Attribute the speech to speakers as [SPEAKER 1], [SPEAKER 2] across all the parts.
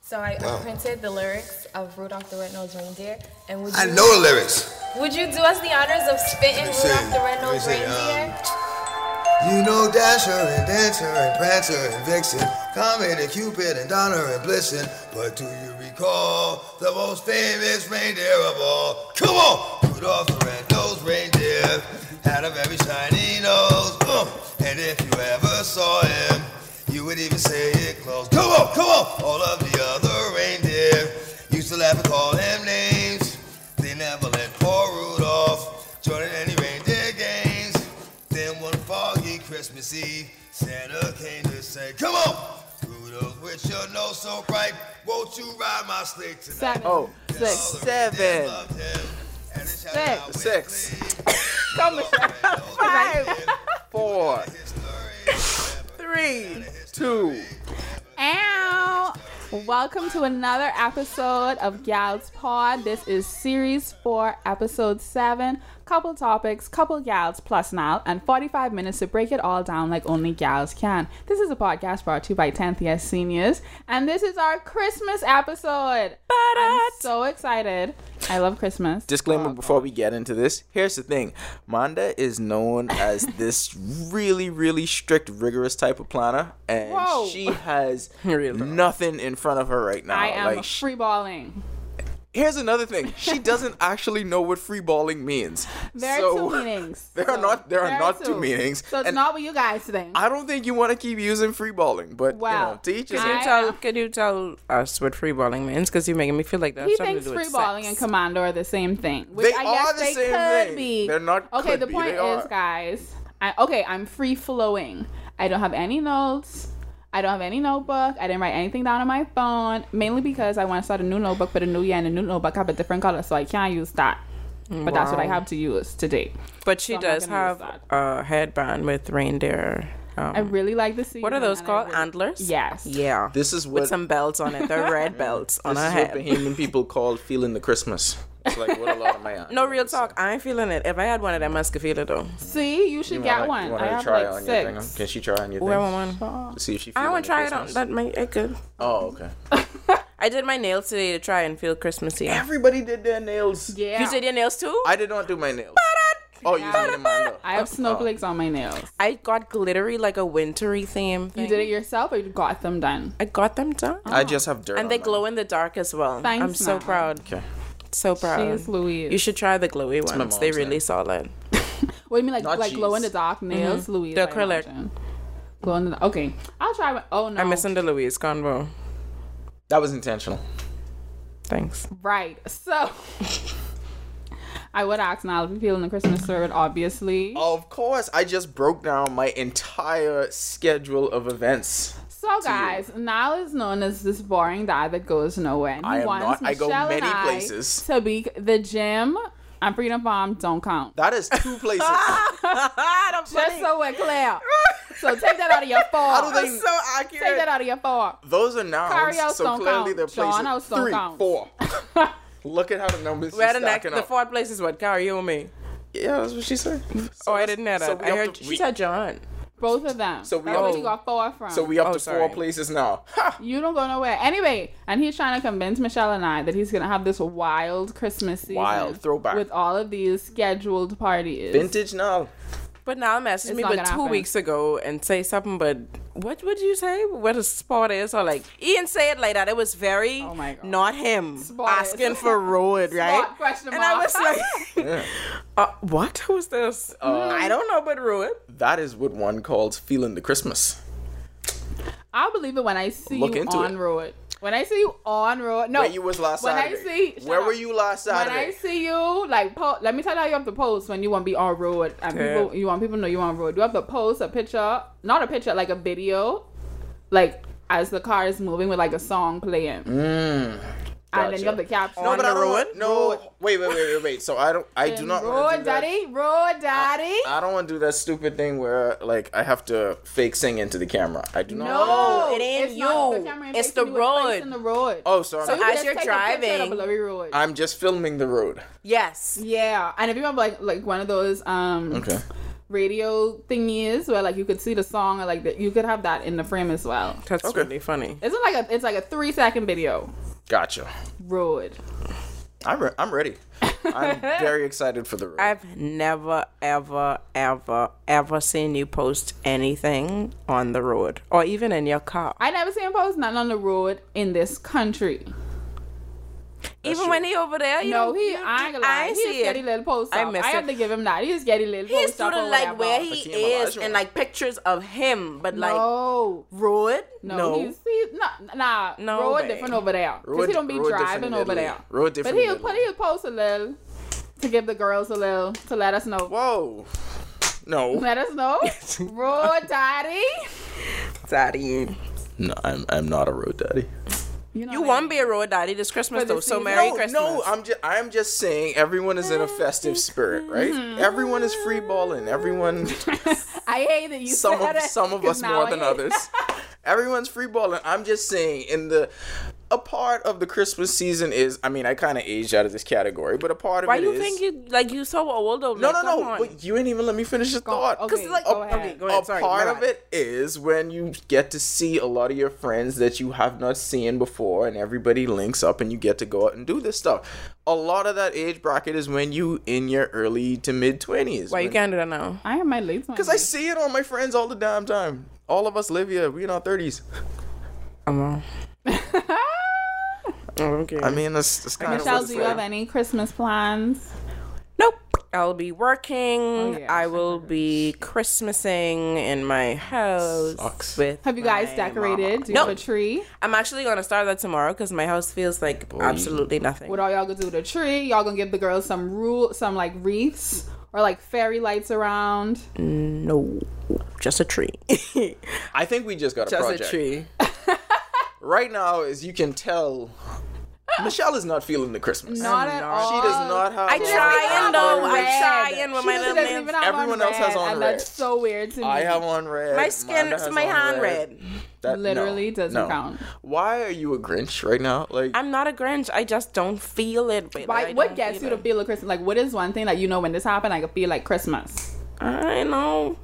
[SPEAKER 1] So I
[SPEAKER 2] Wow.
[SPEAKER 1] printed the lyrics of Rudolph the Red-Nosed Reindeer, and would you
[SPEAKER 2] I know the lyrics.
[SPEAKER 1] would you do us the honors of spitting
[SPEAKER 2] Let me
[SPEAKER 1] Rudolph
[SPEAKER 2] see.
[SPEAKER 1] the
[SPEAKER 2] Let me
[SPEAKER 1] Red-Nosed
[SPEAKER 2] see, um,
[SPEAKER 1] Reindeer?
[SPEAKER 2] You know Dasher and Dancer and Prancer and Vixen, Comet and Cupid and Donner and Blitzen. But do you recall the most famous reindeer of all? Come on! Rudolph the red-nosed reindeer had a very shiny nose. Uh, and if you ever saw him, you would even say it close. Come on, come on! All of the other reindeer used to laugh and call him names. They never let poor Rudolph join in any reindeer games. Then one foggy Christmas Eve, Santa came to say, Come on, Rudolph, with your nose so bright, won't you ride my sleigh tonight?
[SPEAKER 3] Seven.
[SPEAKER 4] Oh,
[SPEAKER 2] All
[SPEAKER 3] Six.
[SPEAKER 2] the reindeer
[SPEAKER 4] Seven.
[SPEAKER 2] loved him, and they shouted
[SPEAKER 3] Six.
[SPEAKER 2] out with
[SPEAKER 4] Six.
[SPEAKER 2] glee.
[SPEAKER 3] Come on.
[SPEAKER 2] Rudolph
[SPEAKER 3] Five.
[SPEAKER 4] four,
[SPEAKER 2] and his story.
[SPEAKER 4] three, two.
[SPEAKER 3] Ow. Welcome to another episode of Gals Pod. This is series four, episode seven. Couple topics, couple gals plus now, and 45 minutes to break it all down like only gals can. This is a podcast brought to you by 10th Year Seniors, and this is our Christmas episode. I'm so excited. I love Christmas.
[SPEAKER 4] Disclaimer before we get into this. Here's the thing. Manda is known as this really, really strict, rigorous type of planner, and
[SPEAKER 3] Whoa.
[SPEAKER 4] she has nothing in front of her right now.
[SPEAKER 3] I am
[SPEAKER 4] like, sh-
[SPEAKER 3] free balling.
[SPEAKER 4] here's another thing. She doesn't actually know what free balling means.
[SPEAKER 3] There are
[SPEAKER 4] So-
[SPEAKER 3] two meanings.
[SPEAKER 4] There are
[SPEAKER 3] So,
[SPEAKER 4] not. There are not two. meanings.
[SPEAKER 3] So it's
[SPEAKER 4] and
[SPEAKER 3] not what you guys think.
[SPEAKER 4] I don't think you want to keep using free balling, but
[SPEAKER 3] Wow.
[SPEAKER 4] you know, to each his
[SPEAKER 3] I-
[SPEAKER 5] Can you tell? Can you tell us what free balling means? Because you're making me feel like that's
[SPEAKER 3] he
[SPEAKER 5] something
[SPEAKER 3] thinks
[SPEAKER 5] to do with
[SPEAKER 3] free balling and
[SPEAKER 5] sex.
[SPEAKER 3] commando are the same thing. Which
[SPEAKER 4] They
[SPEAKER 3] I
[SPEAKER 4] are
[SPEAKER 3] guess
[SPEAKER 4] the
[SPEAKER 3] they
[SPEAKER 4] same
[SPEAKER 3] could
[SPEAKER 4] thing.
[SPEAKER 3] be.
[SPEAKER 4] They're not
[SPEAKER 3] Okay,
[SPEAKER 4] could
[SPEAKER 3] the
[SPEAKER 4] be,
[SPEAKER 3] point
[SPEAKER 4] they
[SPEAKER 3] is,
[SPEAKER 4] are.
[SPEAKER 3] guys. I, okay, I'm free flowing. I don't have any notes. I don't have any notebook. I didn't write anything down on my phone, mainly because I want to start a new notebook for the new year, and the new notebook have a different color, so I can't use that. But that's what I
[SPEAKER 5] Wow.
[SPEAKER 3] have to use today.
[SPEAKER 5] But she
[SPEAKER 3] So I'm not
[SPEAKER 5] does
[SPEAKER 3] gonna use
[SPEAKER 5] have a headband with reindeer. Um,
[SPEAKER 3] I really like the season.
[SPEAKER 5] what are those
[SPEAKER 3] and I
[SPEAKER 5] called?
[SPEAKER 3] really-
[SPEAKER 5] Antlers.
[SPEAKER 3] Yes.
[SPEAKER 5] Yeah.
[SPEAKER 4] This is what
[SPEAKER 5] with some belts on it. They're red belts on
[SPEAKER 4] this
[SPEAKER 5] her
[SPEAKER 4] is what
[SPEAKER 5] head.
[SPEAKER 4] Bahamian people call feeling the Christmas. It's like what a lot of my
[SPEAKER 5] No real talk. I ain't feeling it. If I had one of them, I could feel it though.
[SPEAKER 3] See, you should get one. I have like six.
[SPEAKER 4] Can she try on your
[SPEAKER 5] Ooh,
[SPEAKER 4] thing?
[SPEAKER 5] I want one.
[SPEAKER 4] To See if she.
[SPEAKER 5] I
[SPEAKER 4] feeling
[SPEAKER 5] want
[SPEAKER 4] the
[SPEAKER 5] to try it on.
[SPEAKER 4] Christmas.
[SPEAKER 5] That might I could.
[SPEAKER 4] Oh, okay.
[SPEAKER 5] I did my nails today to try and feel Christmassy.
[SPEAKER 4] Everybody did their nails.
[SPEAKER 3] Yeah.
[SPEAKER 5] You did your nails too.
[SPEAKER 4] I did not do my nails. Oh, you did your mind up.
[SPEAKER 3] I
[SPEAKER 5] oh.
[SPEAKER 3] have snowflakes on my nails.
[SPEAKER 5] I got glittery like a wintry theme. Thing.
[SPEAKER 3] You did it yourself or you got them done?
[SPEAKER 5] I got them done.
[SPEAKER 4] I just have dirt. on
[SPEAKER 5] And they
[SPEAKER 4] mine.
[SPEAKER 5] glow in the dark as well.
[SPEAKER 3] Thanks,
[SPEAKER 5] I'm so
[SPEAKER 3] Mom.
[SPEAKER 5] proud.
[SPEAKER 4] Okay.
[SPEAKER 5] So proud.
[SPEAKER 3] She's Louise.
[SPEAKER 5] You should try the glowy
[SPEAKER 4] my
[SPEAKER 5] ones. They
[SPEAKER 4] mom's
[SPEAKER 5] really
[SPEAKER 4] name.
[SPEAKER 5] solid.
[SPEAKER 3] what do you mean, like
[SPEAKER 4] Not
[SPEAKER 3] like glow in the
[SPEAKER 4] cheese.
[SPEAKER 3] dark nails, Louise?
[SPEAKER 5] The
[SPEAKER 3] I
[SPEAKER 5] acrylic.
[SPEAKER 3] imagine. Glow in the dark. Okay, I'll try. One. Oh no,
[SPEAKER 5] I'm missing the Louise convo.
[SPEAKER 4] That was intentional.
[SPEAKER 5] Thanks.
[SPEAKER 3] right. So. I would ask now if you feeling the Christmas spirit, obviously.
[SPEAKER 4] Of course, I just broke down my entire schedule of events.
[SPEAKER 3] So, guys, Niall is known as this boring guy that goes nowhere. And he
[SPEAKER 4] I am
[SPEAKER 3] wants
[SPEAKER 4] not. I go
[SPEAKER 3] Michelle and
[SPEAKER 4] many places.
[SPEAKER 3] To be the gym and Freedom Farm don't count.
[SPEAKER 4] That is two places. How
[SPEAKER 3] Just so we're clear. so take that out of your phone.
[SPEAKER 4] do they? So accurate.
[SPEAKER 3] Take that out of your phone.
[SPEAKER 4] Those are nouns,
[SPEAKER 3] Carry out
[SPEAKER 4] so
[SPEAKER 3] don't
[SPEAKER 4] clearly
[SPEAKER 3] count.
[SPEAKER 4] they're
[SPEAKER 3] John,
[SPEAKER 4] places.
[SPEAKER 3] out don't
[SPEAKER 4] Three,
[SPEAKER 3] count.
[SPEAKER 4] four. Look at how the numbers
[SPEAKER 5] Where
[SPEAKER 4] are
[SPEAKER 5] the next,
[SPEAKER 4] stacking
[SPEAKER 5] the
[SPEAKER 4] up.
[SPEAKER 5] fourth place is what? Karyumi.
[SPEAKER 4] yeah, that's what she said.
[SPEAKER 5] oh, I didn't know that.
[SPEAKER 4] so we
[SPEAKER 5] I
[SPEAKER 4] have
[SPEAKER 5] heard
[SPEAKER 4] to-
[SPEAKER 5] she
[SPEAKER 4] we-
[SPEAKER 5] said John.
[SPEAKER 3] Both of them.
[SPEAKER 4] So we
[SPEAKER 3] That's
[SPEAKER 4] up
[SPEAKER 3] where
[SPEAKER 4] to-
[SPEAKER 3] you got four from.
[SPEAKER 4] So we up
[SPEAKER 5] Oh,
[SPEAKER 4] to
[SPEAKER 5] sorry.
[SPEAKER 4] four places now. Ha!
[SPEAKER 3] you don't go nowhere. Anyway, and he's trying to convince Michelle and I that he's gonna have this wild Christmas season.
[SPEAKER 4] Wild throwback.
[SPEAKER 3] with all of these scheduled parties.
[SPEAKER 4] Vintage now.
[SPEAKER 5] But now messaged me
[SPEAKER 3] not
[SPEAKER 5] but two
[SPEAKER 3] gonna happen.
[SPEAKER 5] weeks ago and say something, but what would you say? What a sport is? Or like, he didn't say it like that. It was very
[SPEAKER 3] Oh my God.
[SPEAKER 5] not him
[SPEAKER 3] Sport is.
[SPEAKER 5] asking for road, right?
[SPEAKER 3] question
[SPEAKER 5] and I
[SPEAKER 3] mark.
[SPEAKER 5] was like, uh, what was this?
[SPEAKER 4] Uh,
[SPEAKER 5] I don't know, but road.
[SPEAKER 4] That is what one calls feeling the Christmas.
[SPEAKER 3] I'll believe it when I see
[SPEAKER 4] Look
[SPEAKER 3] you
[SPEAKER 4] into
[SPEAKER 3] on
[SPEAKER 4] it.
[SPEAKER 3] road. When I see you on road, no.
[SPEAKER 4] Where you was last
[SPEAKER 3] when
[SPEAKER 4] Saturday?
[SPEAKER 3] I see, shut
[SPEAKER 4] Where
[SPEAKER 3] up.
[SPEAKER 4] were you last
[SPEAKER 3] When
[SPEAKER 4] Saturday?
[SPEAKER 3] I see you, like, po- let me tell you how you have to post when you want to be on road, and
[SPEAKER 5] Yeah.
[SPEAKER 3] people, you want people to know you on road. You have to post a picture, not a picture, like a video, like as the car is moving with like a song playing, and then
[SPEAKER 4] Mm. Gotcha.
[SPEAKER 3] you have the caption.
[SPEAKER 4] no, but I
[SPEAKER 5] the
[SPEAKER 4] don't. want-
[SPEAKER 5] road?
[SPEAKER 4] No, wait, wait, wait, wait, wait. So I don't. I do not. wanna
[SPEAKER 3] Road
[SPEAKER 4] do that.
[SPEAKER 3] daddy, road daddy.
[SPEAKER 5] Uh,
[SPEAKER 4] I don't want to do that stupid thing where like I have to fake sing into the camera. I do not.
[SPEAKER 3] no,
[SPEAKER 4] wanna do that.
[SPEAKER 5] it ain't
[SPEAKER 3] it's not
[SPEAKER 5] you.
[SPEAKER 3] the camera in
[SPEAKER 5] It's
[SPEAKER 3] face,
[SPEAKER 5] the
[SPEAKER 3] you would face
[SPEAKER 5] road.
[SPEAKER 3] in the road.
[SPEAKER 4] Oh, so,
[SPEAKER 5] So
[SPEAKER 4] I'm,
[SPEAKER 5] I-
[SPEAKER 3] You
[SPEAKER 5] as
[SPEAKER 3] just
[SPEAKER 5] you're
[SPEAKER 3] take a picture of the
[SPEAKER 5] driving-
[SPEAKER 3] blurry road.
[SPEAKER 4] I'm just filming the road.
[SPEAKER 5] Yes.
[SPEAKER 3] yeah, and if you have like like one of those um
[SPEAKER 4] Okay.
[SPEAKER 3] radio thing is where like you could see the song or like the, you could have that in the frame as well.
[SPEAKER 5] That's really funny.
[SPEAKER 3] It's like a it's like a three second video.
[SPEAKER 4] Gotcha.
[SPEAKER 3] Road.
[SPEAKER 4] I'm re- I'm ready. I'm very excited for the road.
[SPEAKER 5] I've never, ever, ever, ever seen you post anything on the road or even in your car.
[SPEAKER 3] I never seen him post nothing on the road in this country.
[SPEAKER 5] even when he over there, you
[SPEAKER 3] no,
[SPEAKER 5] know,
[SPEAKER 3] he
[SPEAKER 5] you-
[SPEAKER 3] I ain't gonna lie.
[SPEAKER 5] ain't
[SPEAKER 3] He's
[SPEAKER 5] see
[SPEAKER 3] getty
[SPEAKER 5] it.
[SPEAKER 3] little post.
[SPEAKER 5] I
[SPEAKER 3] up.
[SPEAKER 5] miss
[SPEAKER 3] I have
[SPEAKER 5] it.
[SPEAKER 3] to give him that. He's getty little
[SPEAKER 5] He's
[SPEAKER 3] post. up
[SPEAKER 5] doing
[SPEAKER 3] or
[SPEAKER 5] like
[SPEAKER 3] whatever.
[SPEAKER 5] where he
[SPEAKER 4] Hakeem
[SPEAKER 5] is
[SPEAKER 4] Olajuwon.
[SPEAKER 5] and like pictures of him, but like
[SPEAKER 3] no.
[SPEAKER 5] road.
[SPEAKER 3] No, he's, he's not, nah,
[SPEAKER 5] No
[SPEAKER 3] road
[SPEAKER 5] way.
[SPEAKER 3] different over there. Because
[SPEAKER 4] Road-
[SPEAKER 3] he don't be
[SPEAKER 4] road different
[SPEAKER 3] driving
[SPEAKER 4] in
[SPEAKER 3] over
[SPEAKER 4] Italy.
[SPEAKER 3] there.
[SPEAKER 4] Road
[SPEAKER 3] But
[SPEAKER 4] different in
[SPEAKER 3] he'll put
[SPEAKER 4] Italy.
[SPEAKER 3] he'll post a little to give the girls a little to let us know.
[SPEAKER 4] Whoa. No.
[SPEAKER 3] Let us know. road daddy.
[SPEAKER 5] daddy.
[SPEAKER 4] No, I'm I'm not a road daddy.
[SPEAKER 3] You, know
[SPEAKER 5] You
[SPEAKER 3] what I
[SPEAKER 5] won't be a road daddy this Christmas
[SPEAKER 3] the
[SPEAKER 5] though. So
[SPEAKER 3] season.
[SPEAKER 5] Merry
[SPEAKER 4] no,
[SPEAKER 5] Christmas.
[SPEAKER 4] no, I'm just I'm just saying everyone is in a festive spirit, right? Everyone is free balling. Everyone
[SPEAKER 3] mean? I hate that you
[SPEAKER 4] some
[SPEAKER 3] said
[SPEAKER 4] of
[SPEAKER 3] it,
[SPEAKER 4] some of
[SPEAKER 3] 'cause
[SPEAKER 4] us
[SPEAKER 3] now
[SPEAKER 4] more
[SPEAKER 3] I
[SPEAKER 4] than
[SPEAKER 3] hate it.
[SPEAKER 4] others. Everyone's free balling. I'm just saying in the a part of the Christmas season is I mean, I kinda aged out of this category, but a part of
[SPEAKER 5] Why
[SPEAKER 4] it
[SPEAKER 5] you
[SPEAKER 4] is-
[SPEAKER 5] think you like you so old though?
[SPEAKER 4] No, no, no. But you ain't even let me finish the thought.
[SPEAKER 3] Okay,
[SPEAKER 5] like,
[SPEAKER 3] go
[SPEAKER 5] oh,
[SPEAKER 3] ahead.
[SPEAKER 5] okay, go
[SPEAKER 4] a
[SPEAKER 5] ahead, sorry,
[SPEAKER 4] part
[SPEAKER 5] my
[SPEAKER 4] of
[SPEAKER 5] bad.
[SPEAKER 4] it is when you get to see a lot of your friends that you have not seen before, and everybody links up, and you get to go out and do this stuff. A lot of that age bracket is when you in your early to mid twenties.
[SPEAKER 5] Why you can't do that now?
[SPEAKER 3] I am my late
[SPEAKER 4] Because I see it on my friends all the damn time. All of us live here. We in our thirties.
[SPEAKER 5] I'm on. okay.
[SPEAKER 4] I mean, that's, that's kind of
[SPEAKER 3] Michelle, do you have any Christmas plans?
[SPEAKER 5] Nope. I'll be working.
[SPEAKER 3] Oh, yeah,
[SPEAKER 5] I will be Christmasing in my house
[SPEAKER 4] Sucks.
[SPEAKER 5] with.
[SPEAKER 3] Have you guys
[SPEAKER 5] my
[SPEAKER 3] decorated?
[SPEAKER 5] mama.
[SPEAKER 3] Do you have
[SPEAKER 5] Nope.
[SPEAKER 3] a tree?
[SPEAKER 5] I'm actually gonna start that tomorrow because my house feels like absolutely nothing.
[SPEAKER 3] What all y'all gonna do with a tree? Y'all gonna give the girls some rule, some like wreaths or like fairy lights around?
[SPEAKER 5] No, just a tree.
[SPEAKER 4] I think we just got a
[SPEAKER 5] just
[SPEAKER 4] project.
[SPEAKER 5] a tree.
[SPEAKER 4] Right now, as you can tell, Michelle is not feeling the Christmas.
[SPEAKER 3] Not at all.
[SPEAKER 4] She does not have.
[SPEAKER 5] I
[SPEAKER 4] all the-
[SPEAKER 5] trying
[SPEAKER 3] Red.
[SPEAKER 5] though. I'm trying with
[SPEAKER 3] She
[SPEAKER 5] my
[SPEAKER 3] doesn't
[SPEAKER 5] little
[SPEAKER 3] even
[SPEAKER 5] man.
[SPEAKER 3] have on
[SPEAKER 4] Everyone else has
[SPEAKER 3] red,
[SPEAKER 4] on
[SPEAKER 3] and
[SPEAKER 4] red.
[SPEAKER 3] That's so weird to me.
[SPEAKER 4] I have on red.
[SPEAKER 5] My skin,
[SPEAKER 4] Manda has
[SPEAKER 5] my
[SPEAKER 4] on
[SPEAKER 5] hand red.
[SPEAKER 4] That
[SPEAKER 3] Literally doesn't count.
[SPEAKER 4] Why are you a Grinch right now? Like
[SPEAKER 5] I'm not a Grinch. I just don't feel it. Wait,
[SPEAKER 3] Why,
[SPEAKER 5] I
[SPEAKER 3] what
[SPEAKER 5] don't
[SPEAKER 3] gets you
[SPEAKER 5] feel
[SPEAKER 3] to
[SPEAKER 5] it.
[SPEAKER 3] feel like Christmas? Like, what is one thing that you know when this happened, I could feel like Christmas?
[SPEAKER 5] I know.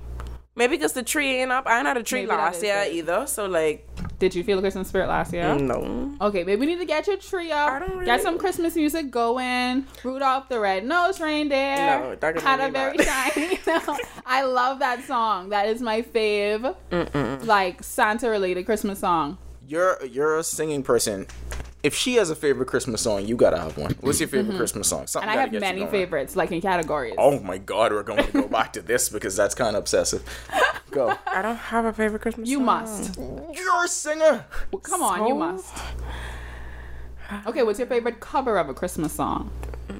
[SPEAKER 5] Maybe because the tree ain't up. I ain't had a tree
[SPEAKER 3] Maybe that
[SPEAKER 5] last
[SPEAKER 3] is
[SPEAKER 5] year
[SPEAKER 3] it.
[SPEAKER 5] either. So like,
[SPEAKER 3] Did you feel the Christmas spirit last year?
[SPEAKER 4] Mm.
[SPEAKER 5] no.
[SPEAKER 3] Okay, maybe we need to get your tree up.
[SPEAKER 5] I don't
[SPEAKER 3] Get
[SPEAKER 5] really-
[SPEAKER 3] some Christmas music going. Rudolph the Red-Nosed Reindeer.
[SPEAKER 5] No, that could
[SPEAKER 3] Had
[SPEAKER 5] be
[SPEAKER 3] a very
[SPEAKER 5] mine.
[SPEAKER 3] shiny. No, I love that song. That is my fave. Like Santa-related Christmas song.
[SPEAKER 4] you're you're a singing person. If she has a favorite Christmas song, you gotta have one. What's your favorite Christmas song? Something
[SPEAKER 3] Mm-hmm. And I
[SPEAKER 4] gotta
[SPEAKER 3] have
[SPEAKER 4] get you
[SPEAKER 3] many
[SPEAKER 4] going.
[SPEAKER 3] favorites, like in categories.
[SPEAKER 4] Oh my God, we're going to go back to this because that's kind of obsessive. Go.
[SPEAKER 5] I don't have a favorite Christmas.
[SPEAKER 3] You
[SPEAKER 5] song.
[SPEAKER 3] must.
[SPEAKER 4] You're a singer.
[SPEAKER 3] Well, come on, you
[SPEAKER 5] So?
[SPEAKER 3] must. Okay, what's your favorite cover of a Christmas song?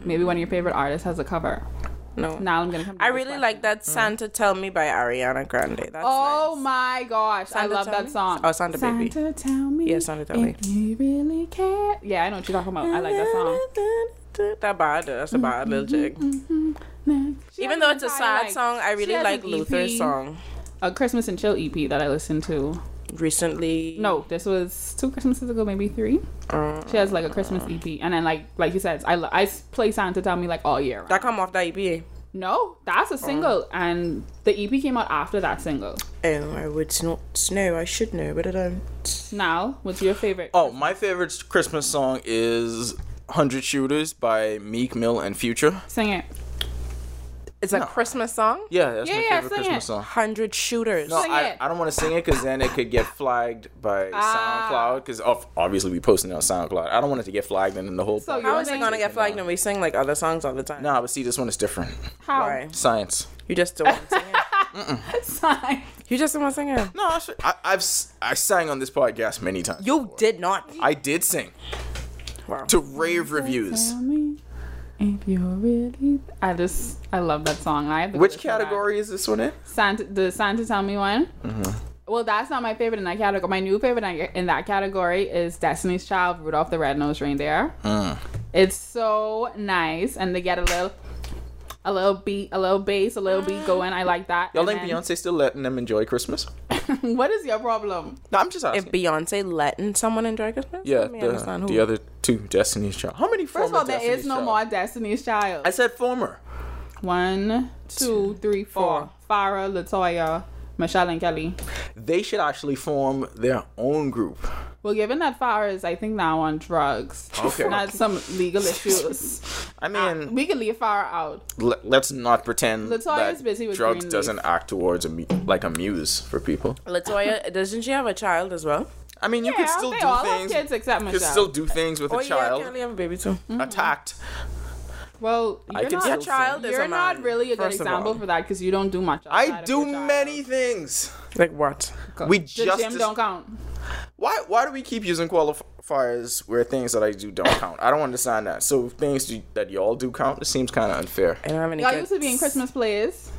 [SPEAKER 3] Maybe one of your favorite artists has a cover.
[SPEAKER 5] No.
[SPEAKER 3] Now I'm gonna come. to
[SPEAKER 5] I
[SPEAKER 3] this
[SPEAKER 5] really
[SPEAKER 3] one.
[SPEAKER 5] like that Santa Tell Me by Ariana Grande. That's
[SPEAKER 3] Oh
[SPEAKER 5] nice.
[SPEAKER 3] my gosh, I
[SPEAKER 5] Santa
[SPEAKER 3] love
[SPEAKER 5] Tell
[SPEAKER 3] that
[SPEAKER 5] Me?
[SPEAKER 3] song.
[SPEAKER 5] Oh, Santa Baby.
[SPEAKER 3] Santa tell me.
[SPEAKER 5] Yeah, Santa Tell Me.
[SPEAKER 3] if You really care? Yeah, I know what you're talking about. I like that song.
[SPEAKER 5] That bad. That's a bad little chick.
[SPEAKER 3] She
[SPEAKER 5] Even
[SPEAKER 3] has
[SPEAKER 5] though
[SPEAKER 3] an
[SPEAKER 5] it's a
[SPEAKER 3] entire,
[SPEAKER 5] sad
[SPEAKER 3] like-
[SPEAKER 5] song, I
[SPEAKER 3] she
[SPEAKER 5] really
[SPEAKER 3] has
[SPEAKER 5] like
[SPEAKER 3] an
[SPEAKER 5] Luther's
[SPEAKER 3] EP,
[SPEAKER 5] song.
[SPEAKER 3] A Christmas and Chill EP that I listened to.
[SPEAKER 5] Recently,
[SPEAKER 3] No, this was two Christmases ago, maybe three.
[SPEAKER 5] Uh,
[SPEAKER 3] She has like a Christmas EP, and then like like you said, I lo- I s- play Santa Tell Me like all year. round.
[SPEAKER 5] that come off that E EP.
[SPEAKER 3] No, that's a single, and the EP came out after that single.
[SPEAKER 5] Oh, I would not know. I should know, but I don't.
[SPEAKER 3] Now, what's your favorite?
[SPEAKER 4] Oh, my favorite Christmas song is "100 Shooters" by Meek Mill and Future.
[SPEAKER 3] Sing it.
[SPEAKER 5] It's a Christmas song.
[SPEAKER 4] Yeah, that's
[SPEAKER 3] Yeah,
[SPEAKER 4] my
[SPEAKER 3] yeah,
[SPEAKER 4] favorite
[SPEAKER 3] sing
[SPEAKER 4] Christmas
[SPEAKER 3] it.
[SPEAKER 4] song.
[SPEAKER 5] Hundred shooters.
[SPEAKER 4] No,
[SPEAKER 3] Sing
[SPEAKER 4] Oh, I,
[SPEAKER 3] it.
[SPEAKER 4] I don't want to sing it because then it could get flagged by
[SPEAKER 3] Ah.
[SPEAKER 4] SoundCloud because obviously we posting it on SoundCloud. I don't want it to get flagged and then the whole.
[SPEAKER 3] So
[SPEAKER 4] thing.
[SPEAKER 3] you-
[SPEAKER 5] How is it gonna get flagged when we sing like other songs all the time?
[SPEAKER 4] nah, but see, this one is different.
[SPEAKER 3] How?
[SPEAKER 5] Why?
[SPEAKER 4] Science.
[SPEAKER 5] You just don't want to sing it.
[SPEAKER 3] Sigh.
[SPEAKER 5] You just don't want to sing it.
[SPEAKER 4] No, I, should, I I've s- I sang on this podcast many times.
[SPEAKER 5] You did not.
[SPEAKER 4] I did sing
[SPEAKER 5] Wow.
[SPEAKER 4] to rave reviews.
[SPEAKER 3] Tell me if you're really. I just I love that song. I have to
[SPEAKER 4] Which
[SPEAKER 3] listen to that.
[SPEAKER 4] category is this one in?
[SPEAKER 3] Santa, the Santa Tell Me one.
[SPEAKER 4] Mm-hmm.
[SPEAKER 3] Well, that's not my favorite in that category. My new favorite in in that category is Destiny's Child, Rudolph the Red-Nosed Reindeer.
[SPEAKER 4] Mm.
[SPEAKER 3] It's so nice, and they get a little, a little beat, a little bass, a little beat going. I like that.
[SPEAKER 4] Y'all
[SPEAKER 3] And
[SPEAKER 4] think
[SPEAKER 3] then-
[SPEAKER 4] Beyonce still letting them enjoy Christmas?
[SPEAKER 3] What is your problem?
[SPEAKER 4] No, I'm just
[SPEAKER 5] If
[SPEAKER 4] asking.
[SPEAKER 5] Beyonce letting someone enjoy Christmas,
[SPEAKER 4] yeah,
[SPEAKER 5] Let me understand
[SPEAKER 4] the,
[SPEAKER 5] who.
[SPEAKER 4] the other two Destiny's Child. How many former
[SPEAKER 3] First of all, there
[SPEAKER 4] Destiny's
[SPEAKER 3] is no
[SPEAKER 4] Child?
[SPEAKER 3] more Destiny's Child.
[SPEAKER 4] I said former.
[SPEAKER 3] One, two, three, four. Farah, Latoya, Michelle, and Kelly.
[SPEAKER 4] They should actually form their own group.
[SPEAKER 3] Well, given that Farah is, I think, now on drugs,
[SPEAKER 4] Okay.
[SPEAKER 3] not some legal issues,
[SPEAKER 4] I mean,
[SPEAKER 3] we can leave Farah out.
[SPEAKER 4] le- let's not pretend
[SPEAKER 3] Latoya's
[SPEAKER 4] that
[SPEAKER 3] busy with
[SPEAKER 4] drugs
[SPEAKER 3] Greenleaf.
[SPEAKER 4] doesn't act towards a mu- like a muse for people.
[SPEAKER 5] Latoya, doesn't she have a child as well?
[SPEAKER 4] I mean, you can
[SPEAKER 3] Yeah,
[SPEAKER 4] still
[SPEAKER 3] they
[SPEAKER 4] do
[SPEAKER 3] all have
[SPEAKER 4] things.
[SPEAKER 3] kids except
[SPEAKER 4] You can
[SPEAKER 3] Michelle.
[SPEAKER 4] still do things with
[SPEAKER 5] oh
[SPEAKER 4] a child Hmm?
[SPEAKER 5] yeah, Kelly uh-huh. have a baby too.
[SPEAKER 4] attacked.
[SPEAKER 3] well, you're
[SPEAKER 4] I can
[SPEAKER 3] not,
[SPEAKER 4] still sing.
[SPEAKER 5] Child is
[SPEAKER 3] you're
[SPEAKER 5] a
[SPEAKER 3] not
[SPEAKER 5] man,
[SPEAKER 3] really a good
[SPEAKER 4] first of
[SPEAKER 3] example
[SPEAKER 4] all.
[SPEAKER 3] for that because you don't do much. outside
[SPEAKER 4] I
[SPEAKER 3] of
[SPEAKER 4] do
[SPEAKER 3] your job.
[SPEAKER 4] many things.
[SPEAKER 5] Like what?
[SPEAKER 4] We
[SPEAKER 3] The
[SPEAKER 4] just
[SPEAKER 3] gym
[SPEAKER 4] dis-
[SPEAKER 3] don't count.
[SPEAKER 4] why why do we keep using qualifiers where things that I do don't count? I don't understand that. So things do, that y'all do count, it seems kind of unfair.
[SPEAKER 5] I don't have any
[SPEAKER 3] Y'all
[SPEAKER 5] kids.
[SPEAKER 3] used to be in Christmas plays,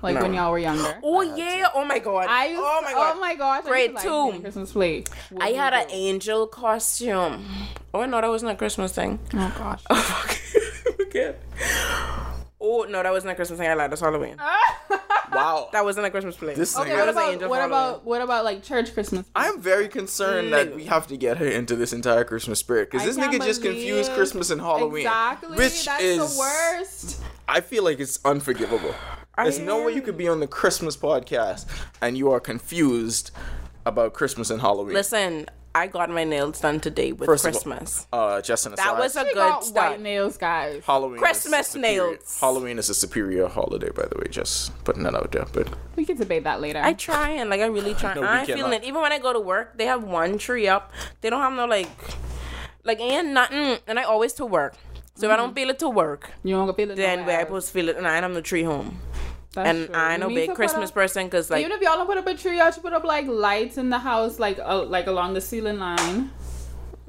[SPEAKER 3] like when y'all were younger.
[SPEAKER 5] Oh yeah! Oh my god!
[SPEAKER 3] I used,
[SPEAKER 5] oh my god!
[SPEAKER 3] Oh my gosh! I
[SPEAKER 5] Grade
[SPEAKER 3] used to like being
[SPEAKER 5] two.
[SPEAKER 3] in Christmas play.
[SPEAKER 4] Oh
[SPEAKER 5] I had an angel costume. Oh no, that wasn't a Christmas thing.
[SPEAKER 3] Oh gosh.
[SPEAKER 5] Oh fuck! Forget. Oh no, that wasn't a Christmas thing. I lied. That's Halloween.
[SPEAKER 4] Wow.
[SPEAKER 5] That wasn't a Christmas play.
[SPEAKER 4] this
[SPEAKER 3] Ah. Okay,
[SPEAKER 4] nigga.
[SPEAKER 3] what
[SPEAKER 5] was an
[SPEAKER 3] about
[SPEAKER 5] angel
[SPEAKER 3] what
[SPEAKER 5] following.
[SPEAKER 3] about what about like church Christmas?
[SPEAKER 4] I'm very concerned that we have to get her into this entire Christmas spirit because
[SPEAKER 3] Mm. I
[SPEAKER 4] this
[SPEAKER 3] can't
[SPEAKER 4] nigga just
[SPEAKER 3] believe-
[SPEAKER 4] confused Christmas and Halloween,
[SPEAKER 3] Exactly.
[SPEAKER 4] which
[SPEAKER 3] That's
[SPEAKER 4] is
[SPEAKER 3] the worst.
[SPEAKER 4] I feel like it's unforgivable. There's no way you could be on the Christmas podcast and you are confused about Christmas and Halloween.
[SPEAKER 5] Listen, I got my nails done today with
[SPEAKER 4] First of all-
[SPEAKER 5] Christmas.
[SPEAKER 4] uh, just an
[SPEAKER 5] that
[SPEAKER 4] aside,
[SPEAKER 5] was a
[SPEAKER 3] They
[SPEAKER 5] good
[SPEAKER 3] got
[SPEAKER 5] start.
[SPEAKER 3] white nails, guys.
[SPEAKER 4] Halloween. is
[SPEAKER 5] Christmas
[SPEAKER 4] superior-
[SPEAKER 5] nails.
[SPEAKER 4] Halloween is a superior holiday, by the way. Just putting that out there, but
[SPEAKER 3] We can debate that later.
[SPEAKER 5] I try and like I really try.
[SPEAKER 4] No, we
[SPEAKER 5] I'm feeling
[SPEAKER 4] cannot.
[SPEAKER 5] it. Even when I go to work, they have one tree up. They don't have no like, like and nothing. And I always to work. So
[SPEAKER 3] Mm-hmm.
[SPEAKER 5] if I don't feel it to work,
[SPEAKER 3] you don't feel it.
[SPEAKER 5] then
[SPEAKER 3] nowhere
[SPEAKER 5] where I
[SPEAKER 3] else.
[SPEAKER 5] supposed to feel it, and I am the tree home.
[SPEAKER 3] That's
[SPEAKER 5] And
[SPEAKER 3] true.
[SPEAKER 5] I
[SPEAKER 3] You
[SPEAKER 5] know
[SPEAKER 3] need to
[SPEAKER 5] big
[SPEAKER 3] put
[SPEAKER 5] Christmas
[SPEAKER 3] up-
[SPEAKER 5] person because like
[SPEAKER 3] Even if y'all don't put up a tree, y'all should put up like lights in the house, like uh, like along the ceiling line.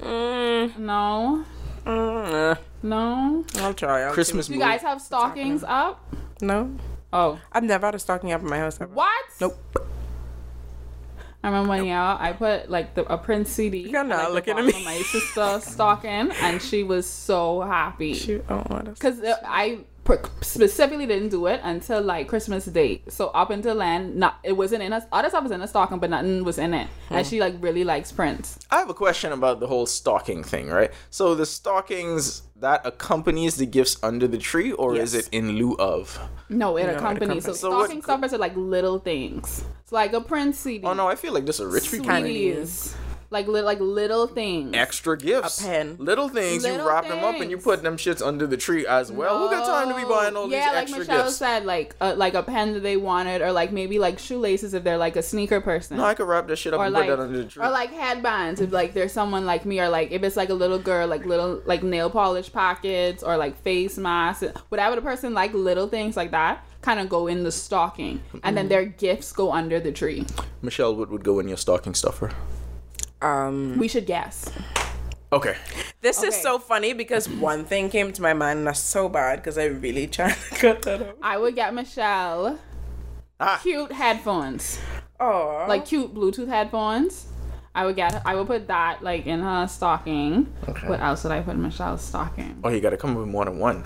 [SPEAKER 5] mm,
[SPEAKER 3] No,
[SPEAKER 5] mm, eh,
[SPEAKER 3] no.
[SPEAKER 5] I'll try. I'll
[SPEAKER 4] Christmas
[SPEAKER 3] You
[SPEAKER 4] movie.
[SPEAKER 3] guys have stockings up?
[SPEAKER 5] see- No,
[SPEAKER 3] Oh,
[SPEAKER 5] I've never had a stocking up in my house. Ever.
[SPEAKER 3] what?
[SPEAKER 5] Nope.
[SPEAKER 3] I remember when y'all, I put like the, a Prince CD.
[SPEAKER 5] You're not
[SPEAKER 3] like, the
[SPEAKER 5] looking at
[SPEAKER 3] bottom
[SPEAKER 5] me.
[SPEAKER 3] of My sister's stocking, and she was so happy.
[SPEAKER 5] Shoot, I don't want to.
[SPEAKER 3] because I per- specifically didn't do it until like Christmas Day. So up until then, not it wasn't in us. Other stuff was in the stocking, but nothing was in it. And she like really likes Prince.
[SPEAKER 4] I have a question about the whole stocking thing, right? So the stockings that accompanies the gifts under the tree, or is
[SPEAKER 5] Yes.
[SPEAKER 4] it in lieu of?
[SPEAKER 3] No, it accompanies.
[SPEAKER 5] accompanies.
[SPEAKER 3] So,
[SPEAKER 4] So what-
[SPEAKER 3] stocking stuffers are like little things. It's like a Prince CD.
[SPEAKER 4] Oh no, I feel like this is a rich people thing.
[SPEAKER 3] sweeties. Like li- like little things.
[SPEAKER 4] Extra gifts,
[SPEAKER 5] A pen.
[SPEAKER 4] little things. you
[SPEAKER 3] Little
[SPEAKER 4] wrap them up and you
[SPEAKER 3] things.
[SPEAKER 4] put them shits under the tree as well. Who got time to be buying all
[SPEAKER 3] yeah,
[SPEAKER 4] these
[SPEAKER 3] like
[SPEAKER 4] extra
[SPEAKER 3] Michelle
[SPEAKER 4] gifts?
[SPEAKER 3] said, like uh, like a pen that they wanted, or like maybe like shoelaces if they're like a sneaker person.
[SPEAKER 4] no, I could wrap that shit up
[SPEAKER 3] or
[SPEAKER 4] and
[SPEAKER 3] like
[SPEAKER 4] put that under the tree.
[SPEAKER 3] or like headbands if like there's someone like me or like if it's like a little girl like little like nail polish pockets or like face masks whatever the person like little things like that kind of go in the stocking
[SPEAKER 4] Mm.
[SPEAKER 3] and then their gifts go under the tree
[SPEAKER 4] Michelle, what would go in your stocking stuffer?
[SPEAKER 5] Um,
[SPEAKER 3] we should guess
[SPEAKER 4] Okay,
[SPEAKER 5] this is
[SPEAKER 3] Okay.
[SPEAKER 5] so funny because one thing came to my mind, and that's so bad because I really tried to cut that up.
[SPEAKER 3] i would get michelle
[SPEAKER 4] Ah.
[SPEAKER 3] cute headphones
[SPEAKER 5] Oh,
[SPEAKER 3] like cute bluetooth headphones I would get. I would put that like in her stocking. What else would I put in Michelle's stocking?
[SPEAKER 4] oh, you got to come up with more than one.